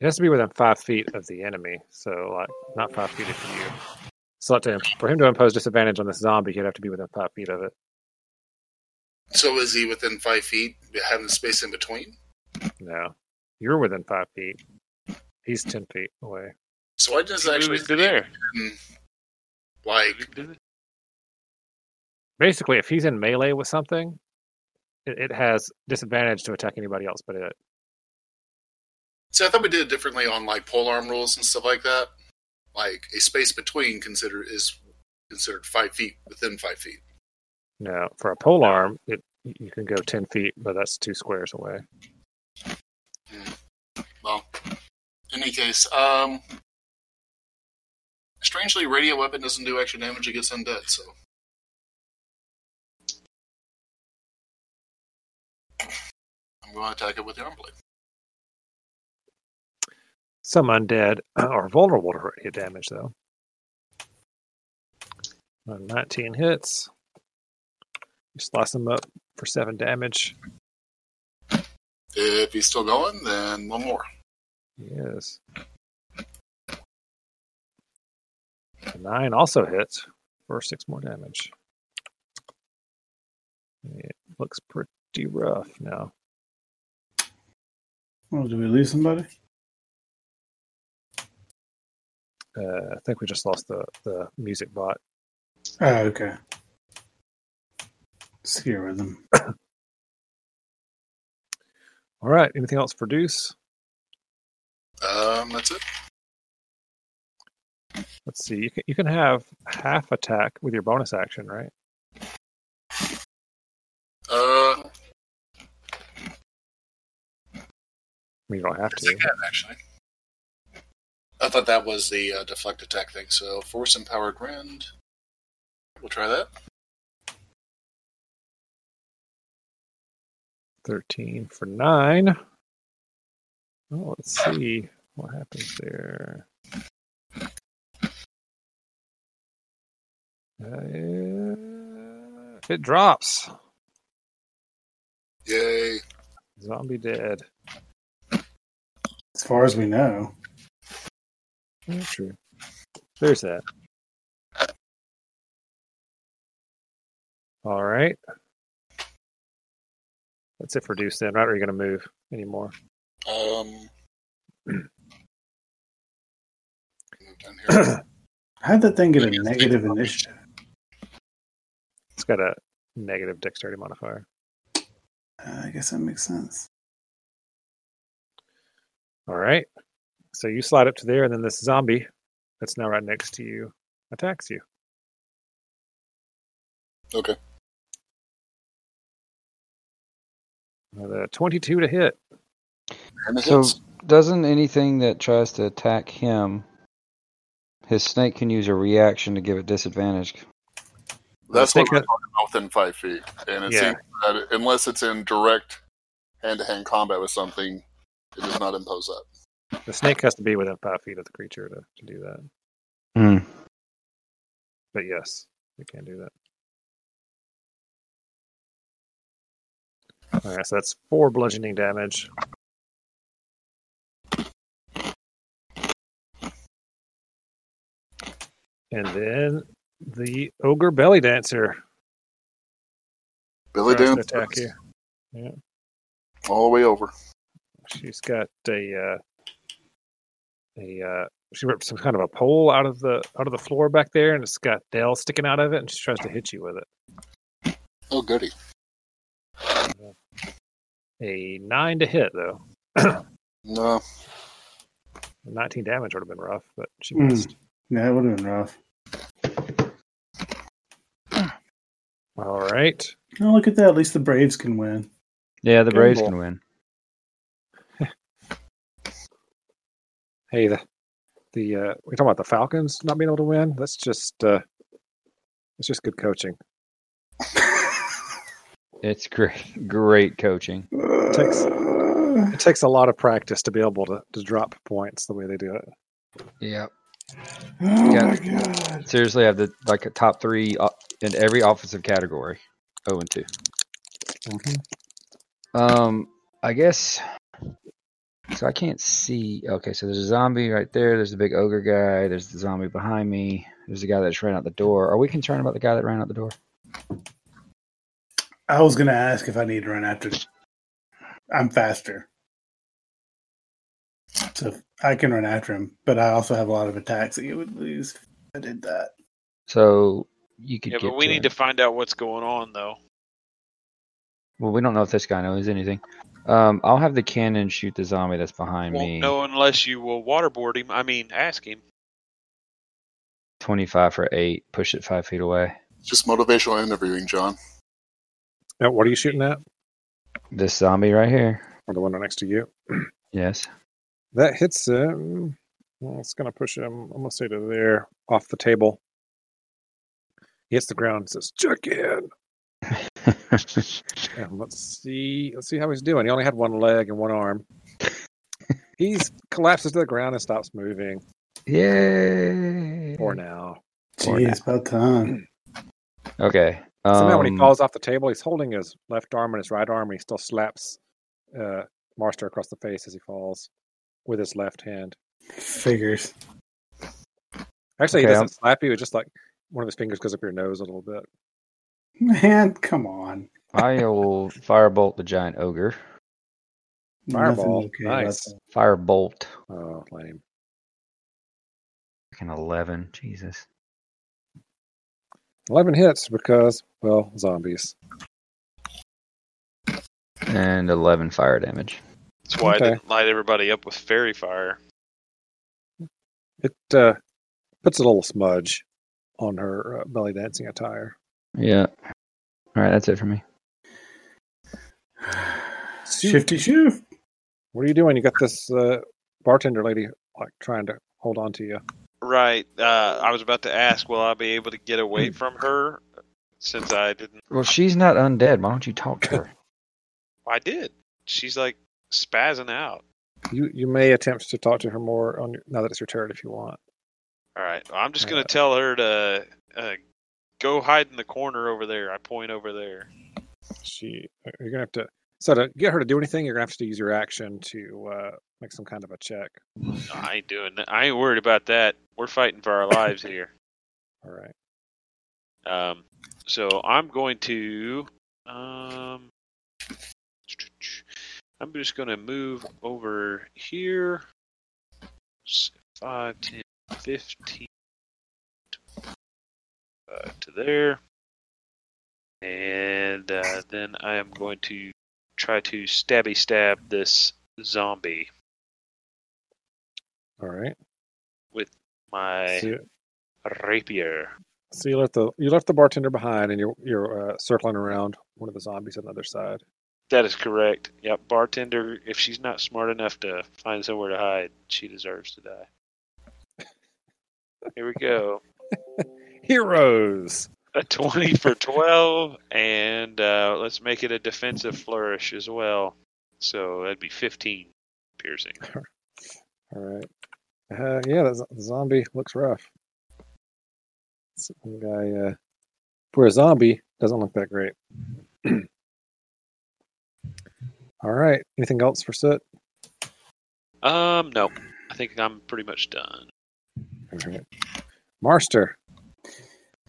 S3: It has to be within five feet of the enemy, so like not five feet of you. So like, to, for him to impose disadvantage on this zombie, he'd have to be within five feet of it.
S5: So is he within five feet, having space in between?
S3: No, you're within five feet. He's ten feet away.
S5: So I just actually
S2: Move it to there.
S5: like
S3: Basically, if he's in melee with something, it, it has disadvantage to attack anybody else but it.
S5: See, I thought we did it differently on like pole arm rules and stuff like that. Like a space between consider is considered five feet within five feet.
S3: No, for a pole arm, it y- you can go ten feet, but that's two squares away.
S5: Well, in any case, um, strangely, radio weapon doesn't do extra damage against undead. So I'm going to attack it with the arm blade.
S3: Some undead [clears throat] are vulnerable to radio damage, though. Uh, Nineteen hits. You slice them up for seven damage.
S5: If he's still going, then one more.
S3: Yes. A Nine also hits for six more damage. It looks pretty rough now.
S1: Oh, did we lose somebody?
S3: Uh, I think we just lost the, the music bot.
S1: Oh, okay. Let's hear with him.
S3: All right. Anything else for Deuce?
S5: Um, that's it.
S3: Let's see. You can you can have half attack with your bonus action, right?
S5: Uh,
S3: I mean, you don't have to.
S5: Yes, I can actually. I thought that was the uh, deflect attack thing. So force empowered rend. We'll try that.
S3: Thirteen for nine. Oh, let's see what happens there. Uh, It drops.
S5: Yay.
S3: Zombie dead.
S1: As far as we know,
S3: Yeah, true. There's that. All right. That's it for Deuce then, right? Or are you going to move anymore?
S5: Um. moved down
S1: [clears throat]
S5: here.
S1: how'd that thing get a negative initiative?
S3: It's got a negative dexterity modifier.
S1: Uh, I guess that makes sense.
S3: All right. So you slide up to there, and then this zombie that's now right next to you attacks you.
S5: Okay.
S3: With a 22 to hit.
S5: And it
S4: So
S5: hits.
S4: doesn't anything that tries to attack him, his snake can use a reaction to give it disadvantage.
S5: That's
S3: I
S5: what
S3: think
S5: we're
S3: that-
S5: talking about within five feet, and it
S3: Yeah.
S5: seems that it- unless it's in direct hand-to-hand combat with something, it does not impose that.
S3: The snake has to be within five feet of the creature to, to do that.
S4: Hmm.
S3: But yes, you can do that. All right, so that's four bludgeoning damage. And then the ogre belly dancer
S5: Billy
S3: tries to
S5: Dancer,
S3: attack you.
S5: all the way over.
S3: She's got a uh, a uh, she ripped some kind of a pole out of the out of the floor back there, and it's got Dell sticking out of it, and she tries to hit you with it.
S5: Oh goody!
S3: A nine to hit though.
S5: No,
S3: 19 damage would have been rough, but she
S1: Mm.
S3: missed.
S1: Yeah, that would have been rough.
S3: All right.
S1: Oh, look at that! At least the Braves can win.
S4: Yeah, the Braves
S3: Gumball.
S4: can win.
S3: Hey, the the uh, we're talking about the Falcons not being able to win. That's just uh, it's just good coaching.
S4: It's great, great coaching.
S3: takes- It takes a lot of practice to be able to, to drop points the way they do it.
S4: Yeah.
S1: Oh
S4: Yeah.
S1: my god!
S4: Seriously, I have the like a top three o- in every offensive category. Oh and 2 Um, I guess. So I can't see. Okay, so there's a zombie right there. There's the big ogre guy. There's the zombie behind me. There's the guy that just ran out the door. Are we concerned about the guy that ran out the door?
S1: I was gonna ask if I need to run after. I'm faster, so I can run after him. But I also have a lot of attacks that you would lose. if I did that.
S4: So you could.
S2: Yeah,
S4: get
S2: but we need to
S4: him.
S2: find out what's going on though.
S4: Well, we don't know if this guy knows anything. Um, I'll have the cannon shoot the zombie that's behind
S2: Won't
S4: me.
S2: know unless you will waterboard him. I mean, ask him.
S4: Twenty-five for eight. Push it five feet away.
S5: just motivational interviewing, John.
S3: Now, what are you shooting at?
S4: This zombie right here.
S3: Or the one right next to you?
S4: Yes.
S3: That hits him. Well, it's going to push him, I'm going to say to there, off the table. He hits the ground and says, check in. And let's see. Let's see how he's doing. He only had one leg and one arm. He's collapses to the ground and stops moving
S4: Yay!
S3: for now.
S4: Or
S1: Gee, it's about time.
S4: Okay. Um,
S3: So now when he falls off the table, he's holding his left arm and his right arm, and he still slaps uh, Marster across the face as he falls with his left hand.
S1: Figures.
S3: Actually,
S4: Okay,
S3: he doesn't
S4: I'm-
S3: slap you. It's just like one of his fingers goes up your nose a little bit.
S1: Man, come on.
S4: I will firebolt the giant ogre.
S1: Nothing
S3: Fireball.
S1: about
S3: Nice.
S1: that.
S4: Firebolt.
S3: Oh, lame.
S4: Fucking 11. Jesus.
S3: 11 hits because, well, zombies.
S4: And 11 fire damage.
S2: That's why
S3: Okay.
S2: I didn't light everybody up with fairy fire.
S3: It uh, puts a little smudge on her uh, belly dancing attire.
S4: Yeah. All right, that's it for me.
S1: Shifty shift.
S3: What are you doing? You got this uh, bartender lady like trying to hold on to you.
S2: Right. Uh, I was about to ask, will I be able to get away from her? Since I didn't,
S4: Well, she's not undead. Why don't you talk to [laughs] her?
S2: I did. She's like spazzing out.
S3: You you may attempt to talk to her more on your, now that it's your turn if you want.
S2: All right. I'm just
S3: Uh,
S2: gonna tell her to uh, Go hide in the corner over there. I point over there.
S3: She, uh, you're gonna have to. So to get her to do anything, you're gonna have to use your action to uh, make some kind of a check.
S2: No, I ain't doing that. I ain't worried about that. We're fighting for our lives here.
S3: All right.
S2: Um, so I'm going to um, I'm just going to move over here. S- 5, 10, 15 uh, to there. And uh, then I am going to try to stabby stab this zombie
S3: All right.
S2: my
S3: So, you-
S2: rapier.
S3: so you left the you left the bartender behind, and you're you're uh, circling around one of the zombies on the other side.
S2: That is correct. Yep, bartender. If she's not smart enough to find somewhere to hide, she deserves to die. Here we go.
S3: Heroes.
S2: A twenty for twelve, and uh, let's make it a defensive flourish as well. So that'd be fifteen piercing.
S3: All right. Uh, yeah, that z- zombie looks rough. This one guy, uh, for a zombie, doesn't look that great. [clears throat] All right. Anything else for Soot?
S2: Um, no, I think I'm pretty much done.
S3: All right. Marster.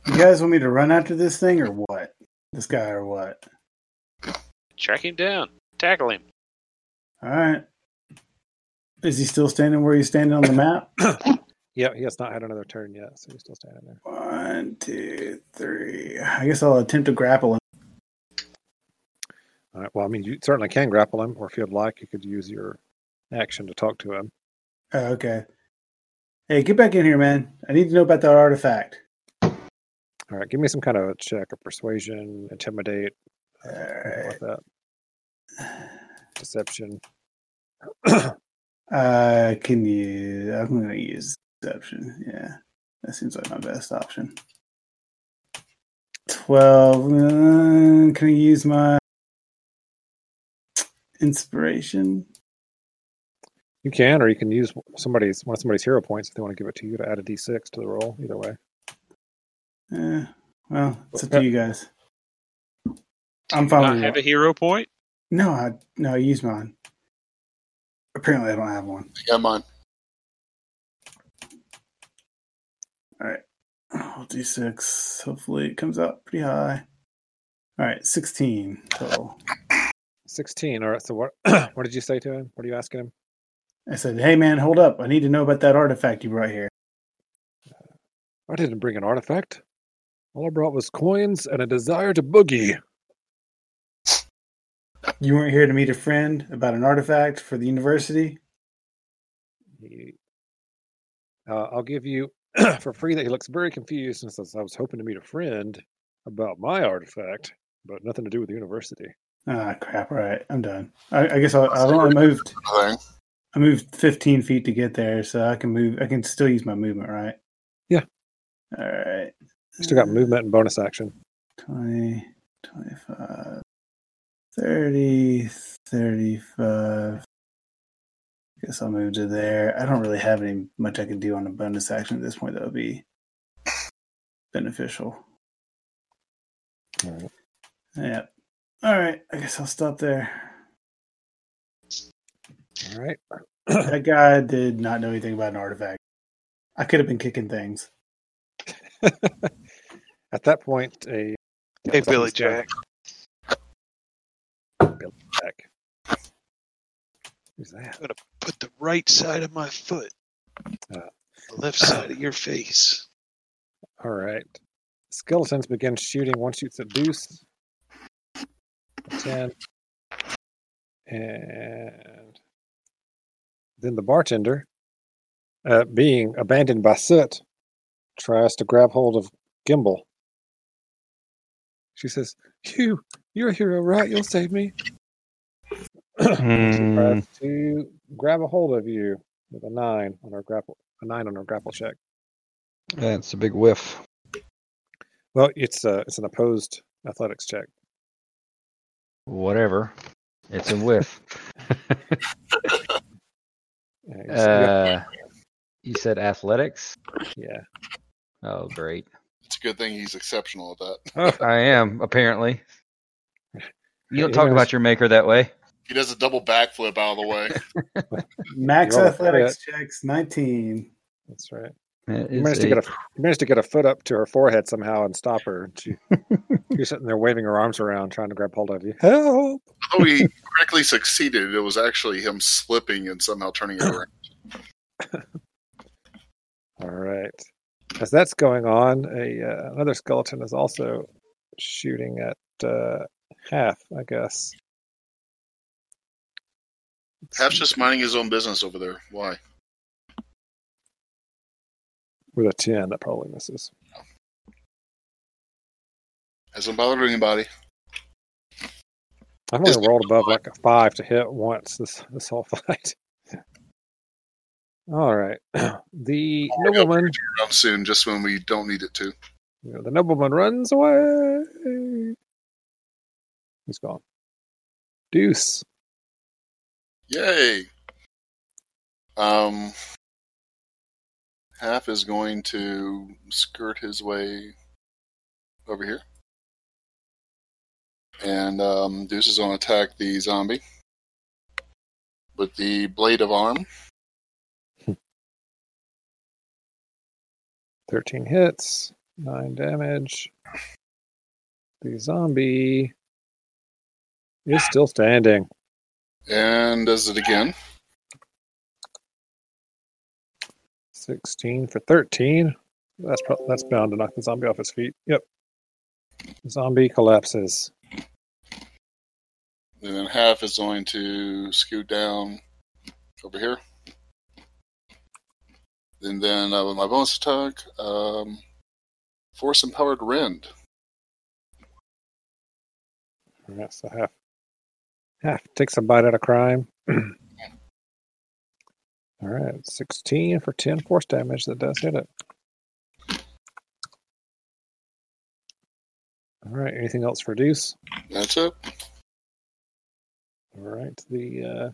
S1: You guys want me to run after this thing or what? This guy or what?
S2: Track him down, tackle him.
S1: All right. Is he still standing where he's standing on the map?
S3: Yeah, he has not had another turn yet, so he's still standing there.
S1: One, two, three. I guess I'll attempt to grapple him.
S3: All right. Well, I mean, you certainly can grapple him, or if you'd like, you could use your action to talk to him.
S1: Oh, okay. Hey, get back in here, man. I need to know about that artifact.
S3: All right. Give me some kind of a check, a persuasion, intimidate,
S1: All
S3: anything
S1: right.
S3: like that. [sighs] Deception.
S1: Uh, can you? I'm going to use deception. Yeah, that seems like my best option. Twelve. Uh, can I use my inspiration?
S3: You can, or you can use somebody's one of somebody's hero points if they want to give it to you to add a d6 to the roll. Either way,
S1: Eh, well, it's up to you guys. I'm fine.
S2: Not
S1: with
S2: have
S1: it.
S2: a hero point.
S1: No, I no, I use mine. Apparently, I don't have one.
S5: Yeah, mine.
S1: Oh, D6. Hopefully, it comes out pretty high. All right, 16 total.
S3: 16. All right. So what? [clears throat] what did you say to him? What are you asking him?
S1: I said, "Hey, man, hold up! I need to know about that artifact you brought here."
S3: I didn't bring an artifact. All I brought was coins and a desire to boogie.
S1: You weren't here to meet a friend about an artifact for the university.
S3: He, uh, I'll give you [clears throat] for free that he looks very confused and says, "I was hoping to meet a friend about my artifact, but nothing to do with the university."
S1: Ah, crap! All right, I'm done. I, I guess I, I've only moved.
S5: Okay.
S1: I moved 15 feet to get there, so I can move. I can still use my movement, right?
S3: Yeah.
S1: All right.
S3: Still got movement and bonus action.
S1: 20, 25, 30, 35. Guess I'll move to there. I don't really have any much I can do on a bonus action at this point that would be beneficial.
S3: All right.
S1: Yeah. All right. I guess I'll stop there.
S3: All right. [laughs]
S1: That guy did not know anything about an artifact. I could have been kicking
S3: [laughs]
S1: things.
S3: At that point, a
S2: Hey, Billy Jack.
S3: Jack. Who's that?
S2: Put the right side of my foot,
S3: Uh.
S2: the left side of your face.
S3: All right. Skeletons begin shooting. One shoots at Deuce. A Ten. And then the bartender, uh, being abandoned by Soot, tries to grab hold of Gimbal. She says, "You, you're a hero, right? You'll save me." She tries to grab a hold of you with a nine on her grapple, a nine on her grapple check.
S4: That's a big whiff.
S3: Well, it's uh, it's an opposed athletics check.
S4: Whatever. It's a [laughs] whiff.
S3: Yeah, eh, you s-
S4: uh, you said athletics?
S3: yeah,
S4: Oh, great.
S5: It's a good thing he's exceptional at that.
S4: I am apparently. You don't
S3: Who
S4: talk
S3: knows?
S4: about your maker that way.
S5: He does a double backflip out of the
S3: [laughs]
S5: way.
S1: Max
S3: You're all
S1: athletics checks
S3: [laughs]
S1: 19.
S3: That's right.
S4: That
S3: You
S4: is
S3: managed, to
S4: a-
S3: get a, you managed to get a foot up to her forehead somehow and stop her. And
S4: [laughs]
S3: she, she's sitting there waving her arms around, trying to grab hold of you. Help!
S5: Although he correctly succeeded, it was actually him slipping and somehow turning it around.
S3: All right. As that's going on, a uh, another skeleton is also shooting at uh, half, I guess.
S5: Half's just minding his own business over there. Why?
S3: With a 10, that probably misses.
S5: Hasn't bothered anybody.
S3: I've only
S5: Just-
S3: rolled above like a five to hit once this this whole [laughs] fight. All right, [clears throat] the
S5: Oh, yeah.
S3: nobleman,
S5: Around soon, just when we don't need it to.
S3: you know, the nobleman runs away. He's gone. Deuce.
S5: Yay! Um, Half is going to skirt his way over here. And um, Deuce is going to attack the zombie with the blade of arm.
S3: Thirteen hits, nine damage. The zombie is still standing.
S5: And does it again.
S3: Sixteen for thirteen. That's pro- that's bound to knock the zombie off his feet. Yep. zombie collapses.
S5: And then half is going to scoot down over here. And then uh, with my bonus attack, um, force empowered rend.
S3: Yeah, so half half takes a bite out of crime. [clears throat] All right, sixteen for ten force damage. That does hit it. All right, anything else for Deuce?
S5: That's it.
S3: All right, the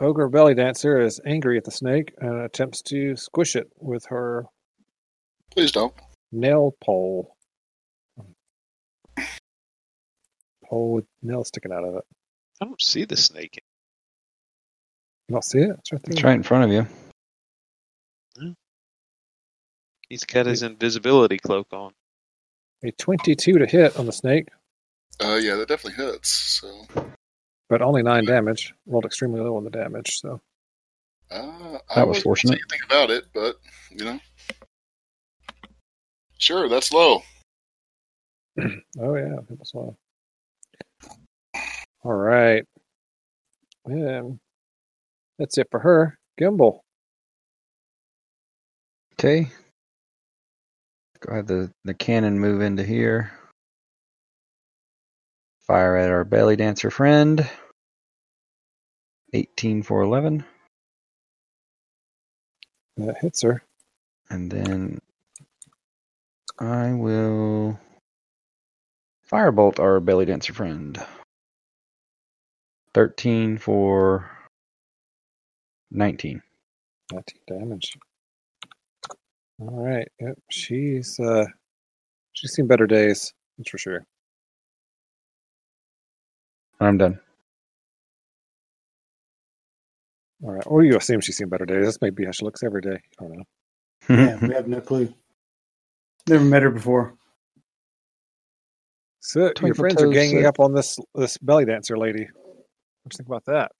S3: uh, ogre belly dancer is angry at the snake and attempts to squish it with her
S5: Please don't.
S3: nail pole. Pole with nails sticking out of it.
S2: I don't see the snake.
S3: You don't see it? It's right there.
S4: It's right in front of you.
S2: He's got his invisibility cloak on.
S3: A 22 to hit on the snake,
S5: Uh, yeah, that definitely hits. So,
S3: but only 9 damage. Rolled extremely low on the damage, so.
S5: uh, I
S4: That was
S5: wouldn't say
S4: fortunate.
S5: anything about it, but you know, sure, that's low.
S3: Oh, yeah, it was low. All right. Um, that's it for her. Gimbal.
S4: Okay. Go ahead. The the cannon move into here. Fire at our belly dancer friend. Eighteen for eleven,
S3: That hits her.
S4: and then I will firebolt our belly dancer friend. Thirteen for nineteen.
S3: 19 damage. All right. Yep, she's, uh, she's seen better days, that's for sure.
S4: I'm done. [laughs]
S3: All right. Or you assume she's seen better days. This may be how she looks every day. I don't know.
S1: Yeah, we have no clue. Never met her before.
S3: So your
S4: Twinkle
S3: friends are
S4: toes,
S3: ganging
S4: uh,
S3: up on this this belly dancer lady. What do you think about that?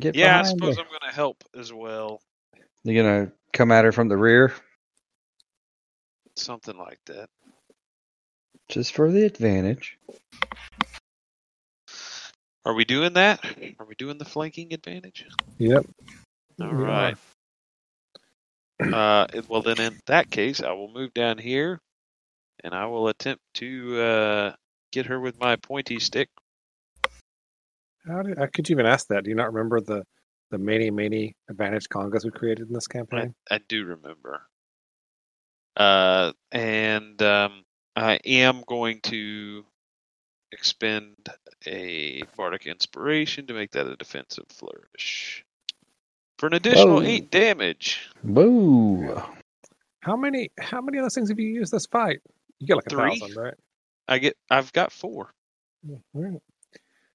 S4: Get
S2: yeah, I
S4: behind
S2: suppose
S4: her.
S2: I'm going to help as well.
S4: You're gonna come at her from the rear
S2: Something like that.
S4: just for the advantage.
S2: Are we doing that? Are we doing the flanking advantage?
S3: Yep.
S2: All
S3: We
S2: right. Uh, it- well, then in that case, I will move down here, and I will attempt to uh, get her with my pointy stick.
S3: How did how could you even ask that? Do you not remember the the many many advantage congas we created in this
S2: I,
S3: campaign?
S2: I do remember. Uh, and um, I am going to expend a bardic inspiration to make that a defensive flourish for an additional
S4: Whoa.
S2: eight damage.
S4: Whoa!
S3: How many how many of those things have you used this fight? You get like a
S2: Three.
S3: thousand, right?
S2: I get. I've got four.
S3: Yeah, all right.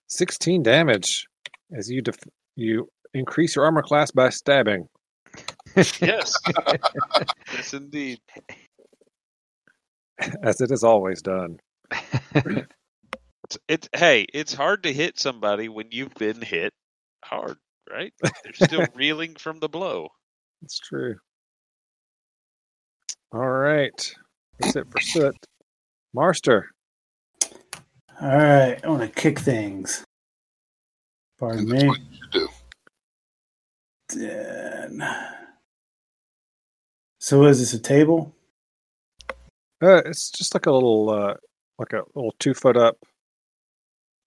S3: Sixteen damage as you def- you increase your armor class by stabbing.
S2: Yes. yes, indeed.
S3: as it is always done.
S2: It's, it's hey, it's hard to hit somebody when you've been hit hard, right? They're still reeling from the blow.
S3: It's true. All right. That's it for Soot. Marster.
S1: All right, I want to kick things. Pardon
S5: And that's
S1: me.
S5: what you do.
S1: Ten. So is this a table?
S3: Uh, it's just like a little, uh, like a little two foot up,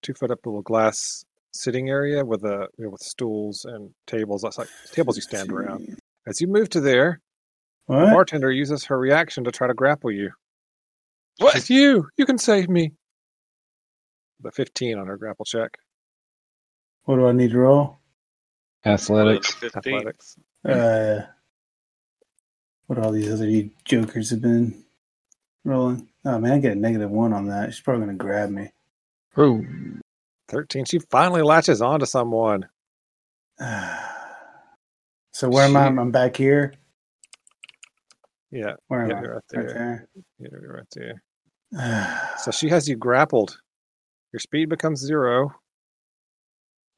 S3: two foot up little glass sitting area with a you know, with stools and tables. That's like tables you stand around. As you move to there, the
S1: What?
S3: bartender uses her reaction to try to grapple you.
S2: What?
S3: It's you. You can save me. The fifteen on her grapple check.
S1: What do I need to roll?
S4: Athletics.
S2: Fifteen.
S3: Athletics.
S1: Uh, what all these other you jokers have been rolling? Oh man, I get a negative one on that. She's probably gonna grab me. [sighs]
S4: Ooh.
S3: Thirteen. She finally latches onto someone.
S1: So where am I?
S4: Shoot.
S1: I'm back here.
S3: Yeah.
S1: Where am
S3: Yeah,
S1: I?
S3: you're right
S1: Right
S3: there.
S1: there.
S3: Yeah, you're right there.
S1: Ah,
S3: So she has you grappled. Your speed becomes zero.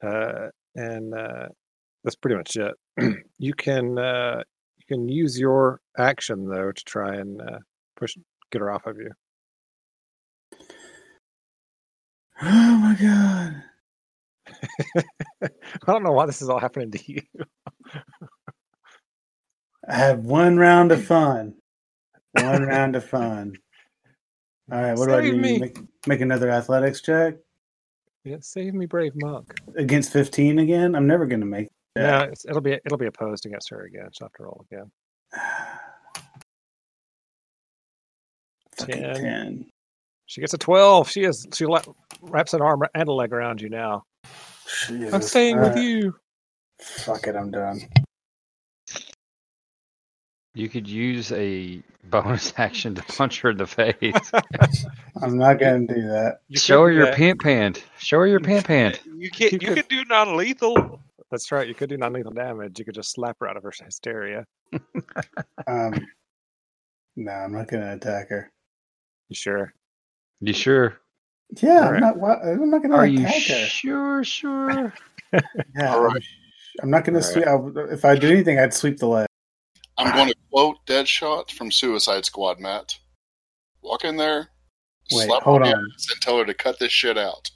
S3: Uh, and uh, that's pretty much it. [clears throat] you can uh, you can use your action though to try and uh, push get her off of you.
S1: [sighs]
S3: [laughs]
S1: Oh my god.
S3: I don't know why this is all happening to you. [laughs]
S1: I have one round of fun. One round of fun. All right, what do I
S3: Save
S1: do?
S3: me.
S1: Make, make another athletics check
S3: Yeah, save me, brave monk.
S1: against 15 again? I'm never going to make
S3: Yeah,
S1: Yeah.
S3: it's, it'll be it'll be opposed against her again. She'll have to roll again.
S1: fucking 10.
S3: 10. She gets a twelve. She is she la- wraps an arm and a leg around you now. I'm
S1: Jesus.
S3: staying with
S4: uh,
S1: All right,
S3: you.
S1: Fuck it, I'm done.
S4: You could use a bonus [laughs] action to punch her in
S1: [laughs]
S4: the face.
S1: I'm not going to do that.
S2: You
S4: Show her
S2: couldn't-
S3: uh,
S4: your pant pant. Show her your pant pant.
S2: You can
S3: You
S2: You
S3: could-
S2: can do non-lethal.
S3: That's right. You could do non-lethal damage. You could just slap her out of her hysteria.
S1: Um, no, I'm not going to attack her.
S3: You sure?
S4: You sure?
S1: Yeah,
S3: All
S1: I'm
S3: right.
S1: not. why- I'm not going to
S4: Are you
S1: attack her.
S4: sure? Sure. [laughs]
S1: Yeah,
S5: All
S1: I'm-
S5: right.
S1: I'm not going
S4: All
S1: to sweep. I- If I do anything, I'd sweep the
S5: [laughs]
S1: leg.
S5: I'm going to quote Deadshot from Suicide Squad, Matt. Walk in there,
S1: Wait,
S5: slap
S1: hold
S5: her
S1: on.
S5: ass and tell her to cut this shit out.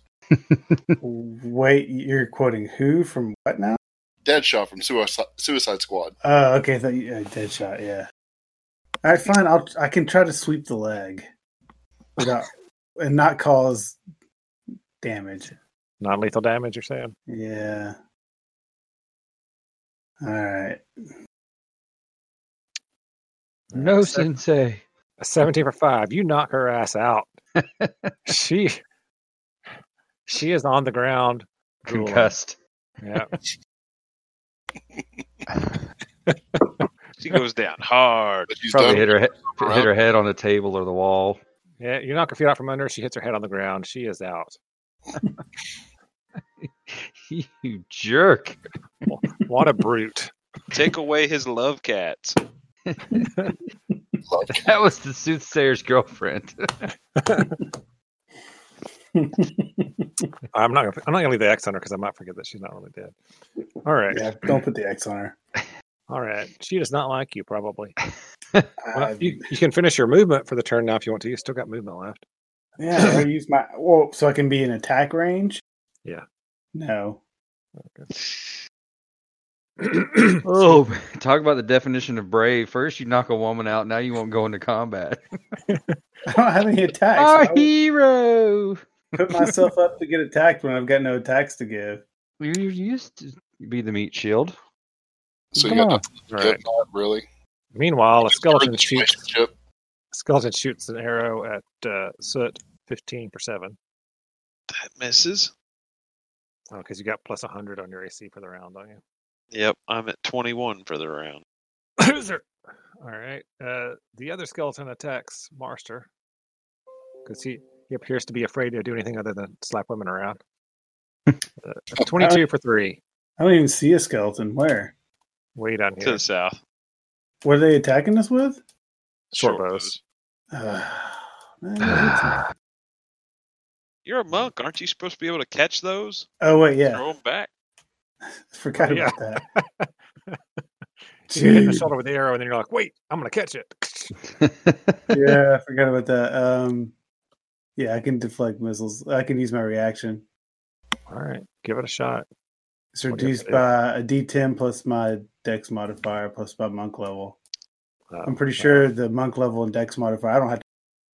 S1: Wait, you're quoting who from what now?
S5: Deadshot from Suicide, Suicide Squad.
S1: Oh, okay. I thought you, uh, dead shot. Yeah. All right, fine. I'll I can try to sweep the leg without and not cause damage.
S3: Non-lethal damage. You're saying?
S1: Yeah. All right.
S4: No,
S3: A se-
S4: sensei.
S3: a Seventeen for five. You knock her ass out. she, she is on the ground. drooling.
S4: Concussed.
S3: Yeah.
S2: She goes down hard.
S5: But she's
S4: Probably
S5: done.
S4: hit her he-
S5: around.
S4: hit her head on the table or the wall.
S3: Yeah. You knock her feet out from under. her, She hits her head on the ground. She is out.
S4: [laughs] you jerk.
S3: What a brute.
S2: Take away his love cats.
S5: Love cat.
S4: That was the soothsayer's girlfriend. [laughs]
S3: I'm not. Gonna, I'm not gonna leave the X on her because I might forget that she's not really dead. All right.
S1: Yeah, don't put the X on her.
S3: All right. She does not like you probably. Well,
S1: Uh,
S3: you, you can finish your movement for the turn now if you want to. You still got movement left. [clears throat]
S1: yeah, I use my well, so I can be in attack range.
S3: Yeah.
S1: No. [laughs]
S4: oh, talk about the definition of brave. First, you knock a woman out. Now you won't go into combat.
S1: I don't have any attacks.
S4: Our
S1: Why would
S4: hero.
S1: I put myself up to get attacked when I've got no attacks to give.
S4: You you used to be the meat shield.
S5: So you
S4: Come
S5: got
S4: on.
S5: nothing
S3: All
S5: to
S3: right.
S5: get, not really.
S3: Meanwhile, a skeleton
S5: You're in the
S3: shoots
S5: relationship.
S3: skeleton shoots an arrow at uh, soot 15 for 7
S2: That misses.
S3: because Oh, you got plus 100 on your ac for the round don't you
S2: Yep, I'm at 21 for the round.
S3: [coughs] loser All right. Uh, the other skeleton attacks Marster because he, he appears to be afraid to do anything other than slap women
S1: [laughs]
S3: around. Uh, a 22 for three.
S1: I don't even see a skeleton. Where?
S3: Way down
S2: to
S3: here.
S2: the south.
S1: What are they attacking us with? [sighs]
S3: Short
S2: Short
S3: bows.
S2: bows.
S3: [sighs]
S1: Man, that's-
S2: You're a monk, aren't you supposed to be able to catch those?
S1: oh wait,
S2: Throw 'em
S1: yeah,
S2: Throw them back.
S1: forgot
S3: Yeah.
S1: about that.
S3: [laughs] You hit the
S1: [sighs] Dude.
S3: shoulder with the arrow, and then you're like, "Wait, I'm gonna catch it."
S1: [laughs] yeah, I forgot about that. Um, yeah, I can deflect missiles. I can use my reaction.
S3: All right, give it a shot.
S1: It's
S3: What do you
S1: reduced
S3: have to do?
S1: by a D10 plus my Dex modifier plus my monk level.
S3: Uh,
S1: I'm pretty
S3: uh,
S1: sure the monk level and Dex modifier. I don't have. to...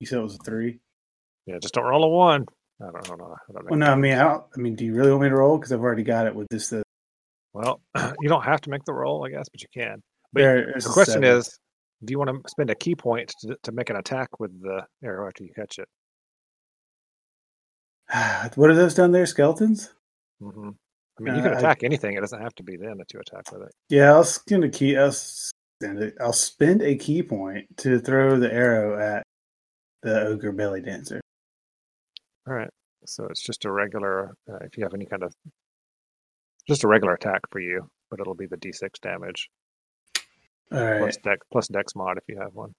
S1: You said it was a three.
S3: Yeah, just don't roll a one. I don't, I don't know. I don't
S1: Well,
S3: know.
S1: no, I mean, I, don't, I mean, do you really want me to roll? Because I've already got it with this. uh, The,
S3: Well, [clears throat] you don't have to make the roll, I guess, but you can. But
S1: there,
S3: The question is, do you want to spend a key point to, to make an attack with the arrow after you catch it?
S1: is, [sighs] what are those down there? Skeletons?
S3: hmm I mean, you can
S1: Uh, I-
S3: attack anything. It doesn't have to be them that you attack with it.
S1: Yeah, I was gonna key. I'll spend, it. I'll spend a key point to throw the arrow at the ogre belly dancer.
S3: All right. So it's just a regular. Uh, if you have any kind of, just a regular attack for you, but it'll be the d6 damage
S1: All right.
S3: plus dex plus dex mod if you have one.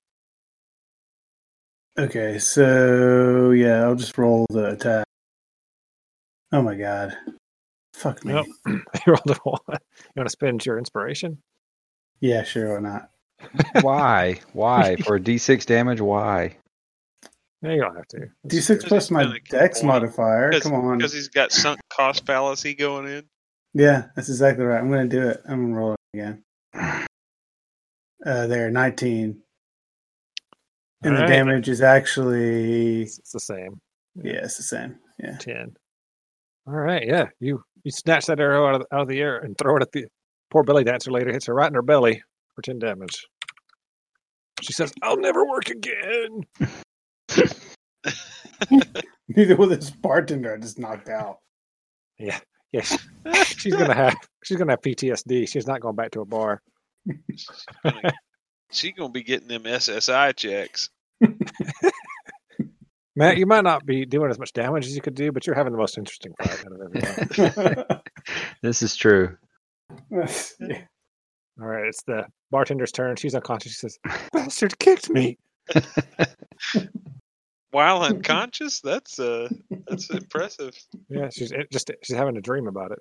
S1: Okay, so yeah, I'll just roll the attack. Oh my god. Fuck me.
S3: Nope. [clears throat] you rolled a [laughs] one. You want to spend your inspiration?
S1: Yeah, sure, why not?
S4: why? Why? For D6 damage, why?
S3: No, you don't have to. It's-
S1: D6
S2: Just
S1: plus my
S2: gonna keep
S1: dex
S2: rolling.
S1: modifier. Come on.
S2: Because he's got sunk cost fallacy going in.
S1: Yeah, that's exactly right. I'm gonna do it. I'm gonna roll it again. [clears throat] Uh there, nineteen. And the
S3: Alright.
S1: damage is actually
S3: It's, it's the same.
S1: yeah, it's the same. Yeah.
S3: Ten. All right. Yeah. You you snatch that arrow out of, out of the air and throw it at the poor belly dancer. Later hits her right in her belly for ten damage. She says, "I'll never work again."
S1: [laughs] Neither will this bartender I just knocked [laughs] out.
S3: Yeah. Yes. [laughs] she's gonna have she's gonna have PTSD. She's not going back to a bar.
S2: She's gonna be getting them SSI checks.
S3: Matt, you might not be doing as much damage as you could do, but you're having the most interesting fight out of
S4: [laughs]
S3: everyone.
S4: This is true.
S1: Yeah.
S3: All right, it's the bartender's turn. She's unconscious. She says, "Bastard kicked me."
S2: While unconscious, that's uh that's impressive.
S3: Yeah, she's it just she's having a dream about it.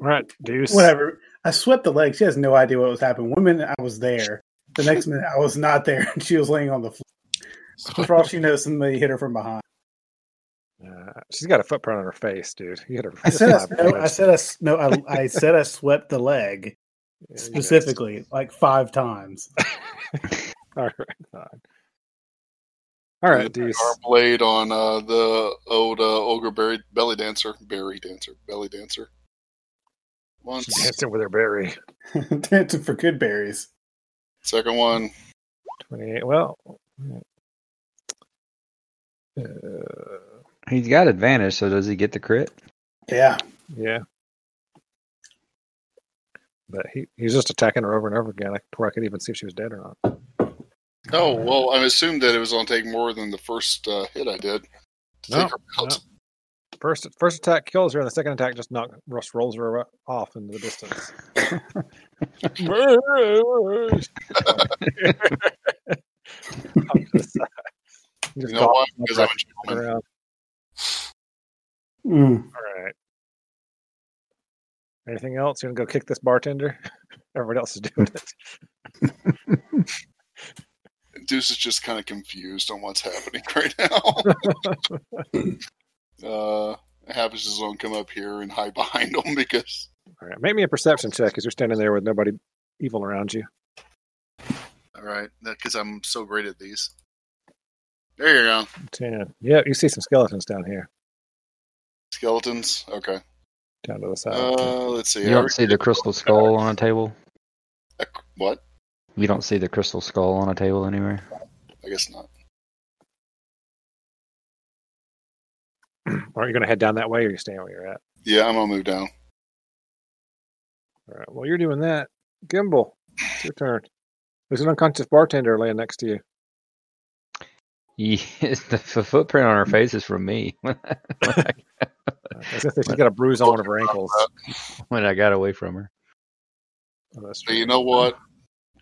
S3: All right, Deuce.
S1: Whatever. I swept the leg. She has no idea what was happening. One minute I was there. The next minute I was not there [laughs] and she was laying on the floor. For all she knows, somebody hit her from behind.
S3: Uh, she's got a footprint on her face, dude. You hit her.
S1: I
S3: [laughs]
S1: said I, no, I said I s- no, I, I said I swept the [laughs] leg
S3: Yeah, you missed.
S1: specifically like five times.
S3: [laughs]
S1: [laughs]
S3: All right, fine. All right, Deuce.
S5: Our blade on uh, the old uh, ogre berry, belly dancer, berry dancer, belly dancer. Once,
S3: She's dancing with her berry.
S1: Dancing for good berries.
S5: second one.
S3: Twenty-eight. Well, uh,
S4: He's got advantage, so does he get the crit?
S1: Yeah.
S3: yeah. But he, he was just attacking her over and over again, like, before I could even see if she was dead or not.
S5: Oh well, I assumed that it was going to take more than the first uh, hit I did to
S3: No,
S5: take her out.
S3: First first attack kills her, and the second attack just knock Russ rolls her ro- off into the
S1: [laughs]
S5: [laughs]
S3: distance. [laughs] Off to the side. Just
S5: You know why?
S3: golf-
S5: Because I'm a gentleman.
S3: around.
S1: Mm.
S3: All right. um, Anything else? You gonna go kick this bartender? [laughs] Everybody else is doing it.
S5: Deuce is just kind of confused on what's [laughs] happening right
S3: [laughs]
S5: now. uh, Habish is going to come up here and hide behind [laughs] him because
S3: All right. Make me a perception check as you're standing there with nobody evil around you.
S5: All right, because I'm so great at these. There you go.
S3: Ten. Yeah, you see some skeletons down here,
S5: Skeletons. Okay.
S3: down to the side.
S5: Uh, let's see.
S4: You don't see the crystal skull on a table?
S5: What?
S4: You don't see the crystal skull on a table anywhere?
S5: I guess not.
S3: [clears throat] Aren't you gonna head down that way, or you staying where you're at?
S5: Yeah, I'm gonna move down.
S3: All right. Well, you're doing that. Gimbal, it's your turn. There's an unconscious bartender laying next to you.
S4: Yeah, [laughs] the f- footprint on her face is from me [laughs] when I, when I,
S3: Uh, As if she got a bruise on one of her ankles.
S4: when I got away from her.
S3: Oh, that's
S5: So you know what,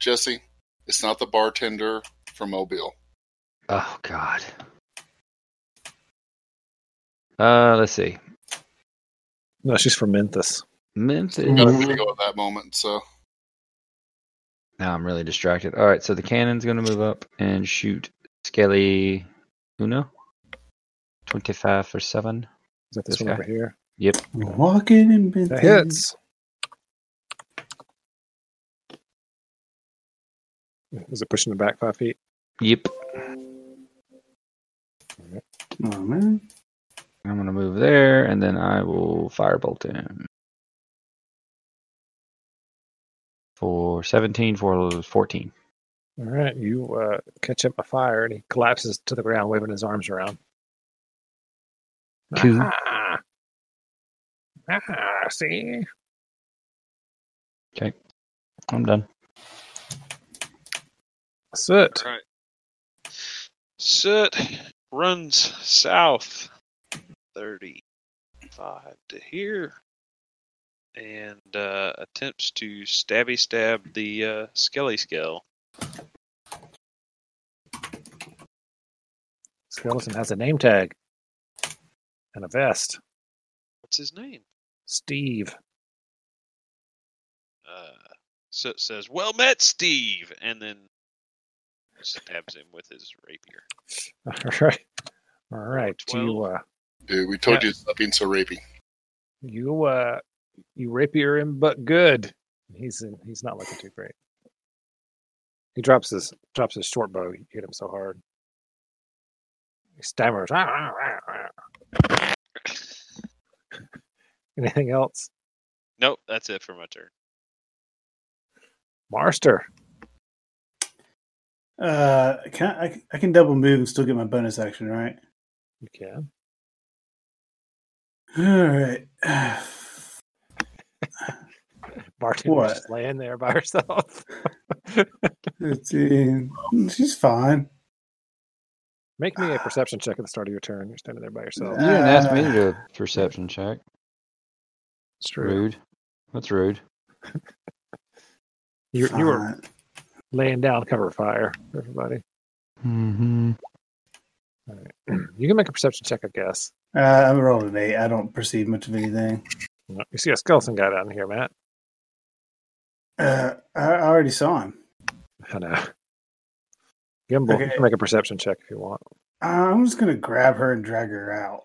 S5: Jesse? It's not the bartender from Mobile.
S4: Oh God. Uh, let's see.
S3: No, she's from Memphis.
S4: Memphis.
S5: I gotta let go of that moment. So
S4: Now I'm really distracted. All right, so the cannon's going to move up and shoot Skelly Uno. 25 for 7.
S3: Is that
S4: This
S3: this one
S4: guy.
S3: over here?
S10: Walking in
S3: That
S10: Memphis.
S3: hits. Is it pushing it back five feet?
S4: Yep.
S10: Oh, man.
S4: I'm going to move there and then I will firebolt him. For 17, for 14.
S3: All right, you uh, catch him by fire, and he collapses to the ground, waving his arms around.
S4: Cool.
S3: Ah, ah, see,
S4: I'm done.
S3: soot.
S2: All right. Soot runs south 35 to here and uh, attempts to stabby stab the uh, Skelly Skell.
S3: Skeleton has a name tag and a vest.
S2: What's his name?
S3: Steve. [laughs]
S2: Uh, Soot says, Well met, Steve! And then stabs him with his rapier.
S3: All right, all right. You
S2: Twelve.
S3: uh,
S5: dude, we told
S2: Yeah.
S5: you it's not being so rapey.
S3: you uh, you rapier him, but good. He's in, he's not looking too great. He drops his drops his short bow. You hit him so hard. He stammers. "Ah, ah, ah, ah." [laughs] Anything else?
S2: Nope, that's it for my turn.
S3: Marster.
S1: Uh, can I, I, I can double move and still get my bonus action, right?
S3: You can.
S1: All right. [sighs]
S3: Martin's
S1: What?
S3: just laying there by [laughs] herself.
S1: It's in- She's fine.
S3: Make me a perception check at the start of your turn. You're standing there by yourself.
S4: You didn't ask me to
S1: Uh,
S4: do a perception check.
S3: It's true.
S4: Rude. That's rude.
S3: You, you were
S1: fine.
S3: laying down cover fire, everybody. [clears throat]
S4: Mm-hmm.
S3: You can make a perception check, I guess.
S1: Uh, I rolled an eight. I don't perceive much of anything.
S3: You see a skeleton guy down here, Matt.
S1: Uh, I I already saw him.
S3: I know. Gimbal, you
S1: Okay.
S3: can make a perception check if you want.
S1: I'm just gonna grab her and drag her out.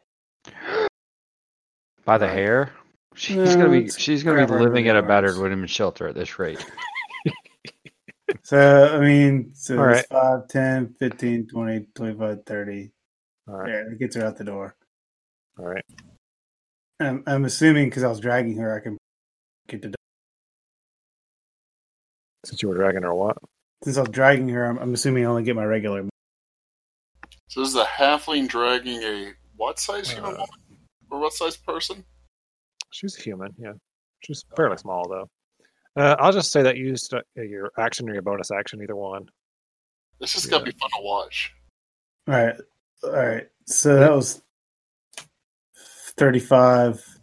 S4: By the hair. She's gonna be
S1: it's
S4: she's gonna be
S1: whatever,
S4: living at a
S1: whatever.
S4: battered women's shelter at this rate.
S1: So, I mean, so
S3: All
S1: it's 5, 10, 15, 20, 25, 30.
S3: All right.
S1: Yeah, that gets her out the door.
S3: All right.
S1: I'm, I'm assuming because I was dragging her, I can get to.
S3: Since you were dragging or what?
S1: Since I was dragging her, I'm, I'm assuming I only get my regular.
S5: So this is a halfling dragging a what size human
S3: Uh.
S5: woman or what size person?
S3: She's a human, yeah. She's
S1: Oh.
S3: fairly small, though. Uh, I'll just say that you used uh, your action or your bonus action, either one.
S5: This is gonna be fun to watch.
S1: All right, all right. So that was 35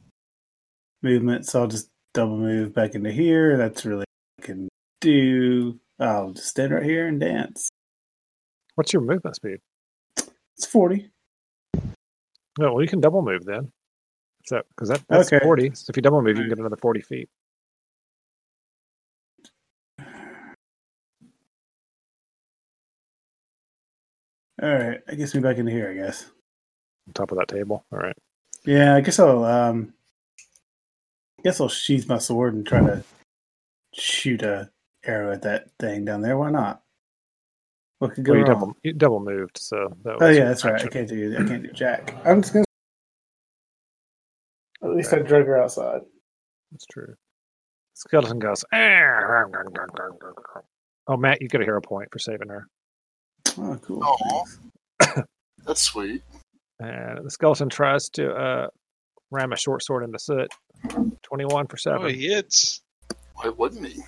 S1: movement. So I'll just double move back into here. That's really what I can do. I'll just stand right here and dance.
S3: What's your movement speed?
S1: It's 40.
S3: No, well, you can double move then. So, because that, that's
S1: Okay.
S3: 40. So if you double move, you can get another 40 feet.
S1: All right, I guess me back into here. I guess.
S3: on top of that table. All right.
S1: Yeah, I guess I'll um I guess I'll sheath my sword and try to shoot a arrow at that thing down there. Why not? What could go
S3: Well, you
S1: wrong?
S3: double you double moved, so that was
S1: Oh
S3: your
S1: yeah, that's right. I
S3: action.
S1: can't do I can't do Jack. I'm just gonna At least I drug her outside.
S3: That's true. Skeleton goes. "Ah." Oh, Matt, you get a hero point for saving her.
S1: Oh cool.
S5: Aw.
S1: Thanks.
S5: That's sweet.
S3: And the skeleton tries to uh, ram a short sword into Soot. Twenty-one for seven.
S2: Oh, he hits.
S5: Why wouldn't he?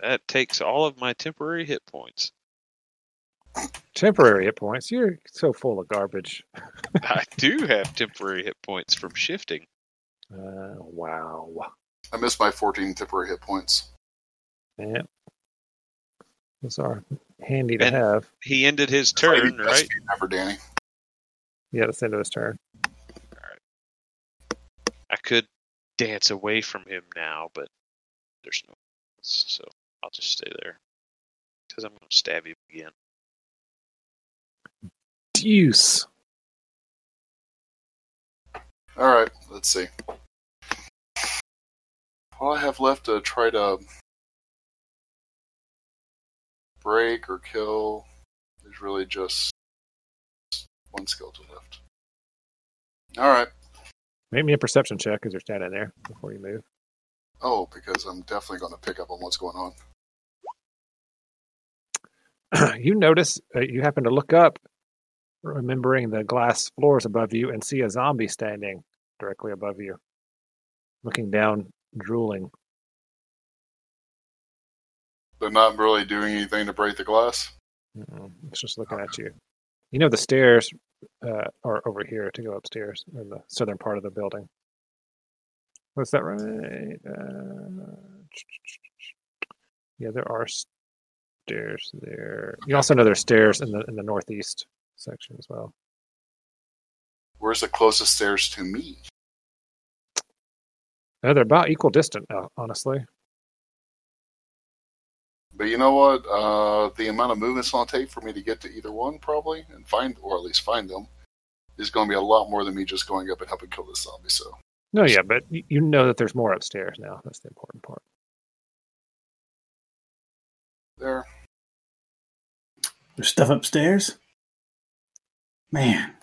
S2: That takes all of my temporary hit points. [laughs]
S3: Temporary hit points. You're so full of garbage.
S2: I do have temporary hit points from shifting.
S3: Uh, wow.
S5: I missed my 14 temporary hit points.
S3: Yeah. Those are handy to
S2: And-
S3: have.
S2: He ended his
S5: That's why you
S2: turn,
S5: best
S2: right?
S5: feed Never, Danny.
S3: Yeah, that's the end of his turn.
S2: I could dance away from him now, but there's no so I'll just stay there because I'm going to stab him again.
S3: Deuce.
S5: All right, let's see. All I have left to try to break or kill is really just one skeleton left. All right.
S3: Make me a perception check as you're standing there before you move. [clears throat]
S5: Oh, because I'm definitely going to pick up on what's going on.
S3: you notice, uh, you happen to look up, remembering the glass floors above you, and see a zombie standing directly above you, looking down, drooling.
S5: They're not really doing anything to break the glass.
S3: Mm-mm, It's just looking at you. You know, the stairs uh, are over here to go upstairs in the southern part of the building. Was that right? Uh, yeah, there are stairs there. You also know there's stairs in the in the northeast section as well.
S5: Where's the closest stairs to me?
S3: No, they're about equal distant, uh, honestly.
S5: But you know what? Uh, the amount of movement it's going to take for me to get to either one, probably, and find, or at least find them, is going to be a lot more than me just going up and helping kill this zombie. So
S3: No, yeah, but y- you know that there's more upstairs now. That's the important part.
S5: there,
S8: There's stuff upstairs. Man,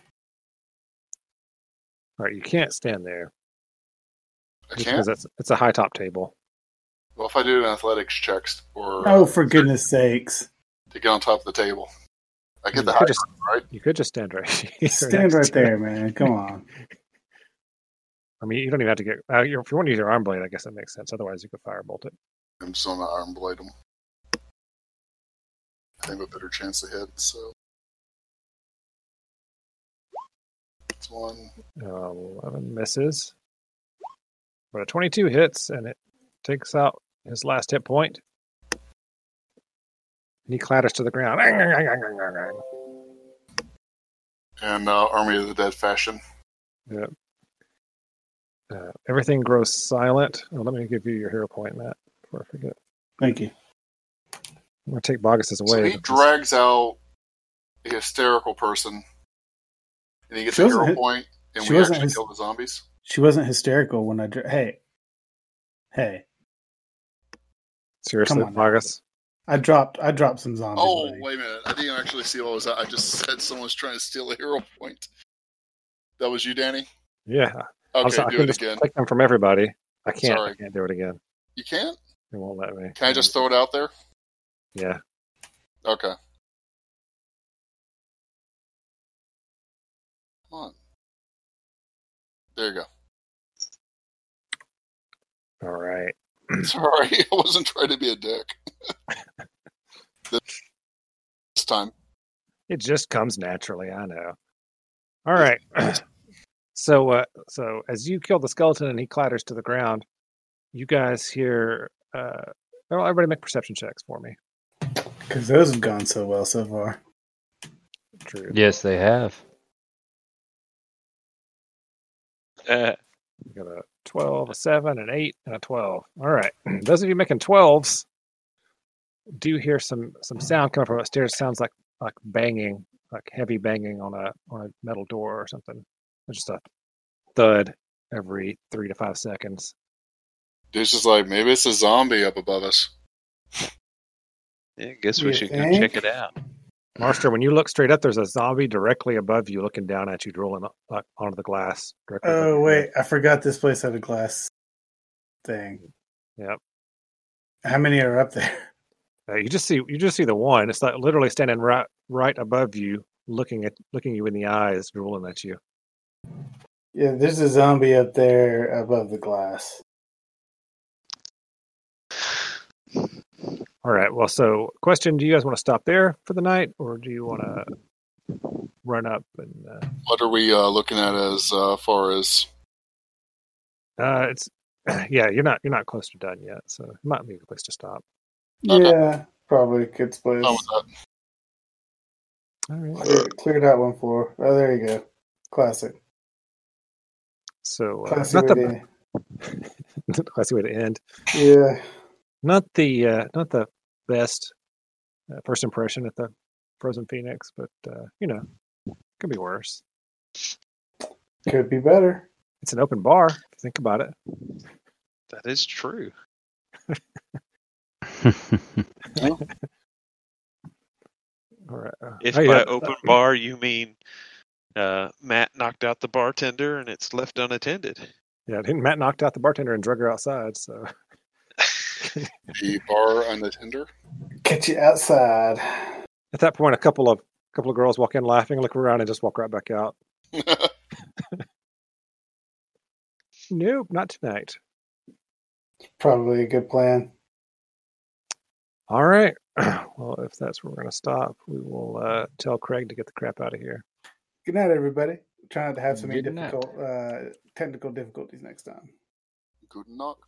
S3: All right, you can't stand there
S5: I
S3: just
S5: can't.
S3: because it's it's a high top table.
S5: Well, if I do an athletics check or
S1: Oh,
S5: uh,
S1: for goodness [laughs] sakes.
S5: to get on top of the table, I get
S3: you
S5: the
S3: could
S5: high.
S3: just
S5: right?
S3: you could just stand right [laughs] here.
S1: Stand
S3: next
S1: right
S3: to-
S1: there, man. Come on.
S3: I mean, you don't even have to get. Uh, you if you want to use your arm blade, I guess that makes sense. Otherwise, you could firebolt it.
S5: I'm just going to arm blade him. I have a better chance to hit. So it's one.
S3: Uh, Eleven misses, but a twenty-two hits, and it takes out his last hit point. And he clatters to the ground.
S5: and uh, Army of the Dead fashion.
S3: Uh, everything grows silent. Oh, let me give you your hero point, Matt, before I forget.
S8: thank you.
S3: I'm gonna take Bogus's
S5: So
S3: away.
S5: he drags out a hysterical person, and he gets
S1: She
S5: a
S1: wasn't
S5: hero
S1: hy-
S5: point, and
S1: she
S5: we
S1: wasn't
S5: actually
S1: hys-
S5: kill the zombies.
S1: She wasn't hysterical when I. Dr- hey. Hey.
S3: Seriously,
S1: Come on now.
S3: Bogus.
S1: I dropped I dropped some zombies.
S5: Oh,
S1: buddy.
S5: wait a minute! I didn't actually see what was that. I just [laughs] said someone's trying to steal a hero point. That was you, Danny.
S3: Yeah. I'm
S5: Okay,
S3: sorry, I
S5: do
S3: can
S5: it
S3: just
S5: again.
S3: Take them from everybody. I can't. I
S5: Sorry.
S3: can't do it again.
S5: You can't.
S3: It won't let me.
S5: Can I just throw it out there?
S3: Yeah.
S5: Okay. Come on. There
S1: [clears throat]
S5: you go.
S3: All right.
S5: Sorry, [laughs] I wasn't trying to be a dick. [laughs] this time.
S3: It just comes naturally, I know. All right. [clears throat] so uh so as you kill the skeleton and he clatters to the ground, you guys hear uh well, everybody make perception checks for me.
S1: Because those have gone so well so far.
S3: True.
S4: Yes, they have.
S2: Uh,
S3: You got a twelve, a seven, an eight, and a twelve. All right. [clears throat] Those of you making twelves do hear some some sound coming from upstairs. Sounds like like banging, like heavy banging on a on a metal door or something. It's just a thud every three to five seconds.
S5: Dude's just like, maybe it's a zombie up above us.
S2: yeah, I guess we
S1: You
S2: should go
S1: think?
S2: check it out.
S3: Marster, when you look straight up, there's a zombie directly above you, looking down at you, drooling o- like, onto the glass. Directly above
S1: Oh
S3: your
S1: wait,
S3: head.
S1: I forgot this place had a glass thing.
S3: Yep.
S1: How many are up there?
S3: Uh, you just see you just see the one. It's like literally standing right right above you, looking at looking you in the eyes, drooling at you.
S1: Yeah, there's a zombie up there above the glass.
S3: All right. Well, so question: Do you guys want to stop there for the night, or do you want to run up and? Uh,
S5: What are we uh, looking at as uh, far as?
S3: Uh, it's [clears throat] yeah, you're not you're not close to done yet, so it might be a good place to stop.
S5: Okay.
S1: Yeah, probably good place.
S5: Oh, was that-
S3: All right.
S1: Clear- cleared out one floor. Oh, there you go. Classic.
S3: So uh,
S1: Classic.
S3: not [laughs]
S1: way
S3: the
S1: to-
S3: classy way to end.
S1: yeah.
S3: Not the uh, not the best uh, first impression at the Frozen Phoenix, but uh, you know, could be worse.
S1: Could be better.
S3: It's an open bar. If you think about it.
S2: That is true.
S3: All right. uh,
S2: If
S3: oh, yeah,
S2: by
S3: uh,
S2: open bar you mean uh, Matt knocked out the bartender and it's left unattended.
S3: [laughs] yeah, didn't Matt knocked out the bartender and drug her outside. So [laughs]
S5: The bar and the [laughs] tender.
S1: Catch you outside.
S3: at that point, a couple of couple of girls walk in laughing, look around, and just walk right back out. Nope, not tonight.
S1: Probably a good plan.
S3: All right. [clears throat] Well, if that's where we're going to stop, we will uh, tell Craig to get the crap out of here.
S1: Good night, everybody. Try not to have so many
S4: Good night.
S1: difficult uh, technical difficulties next time.
S5: Good knock.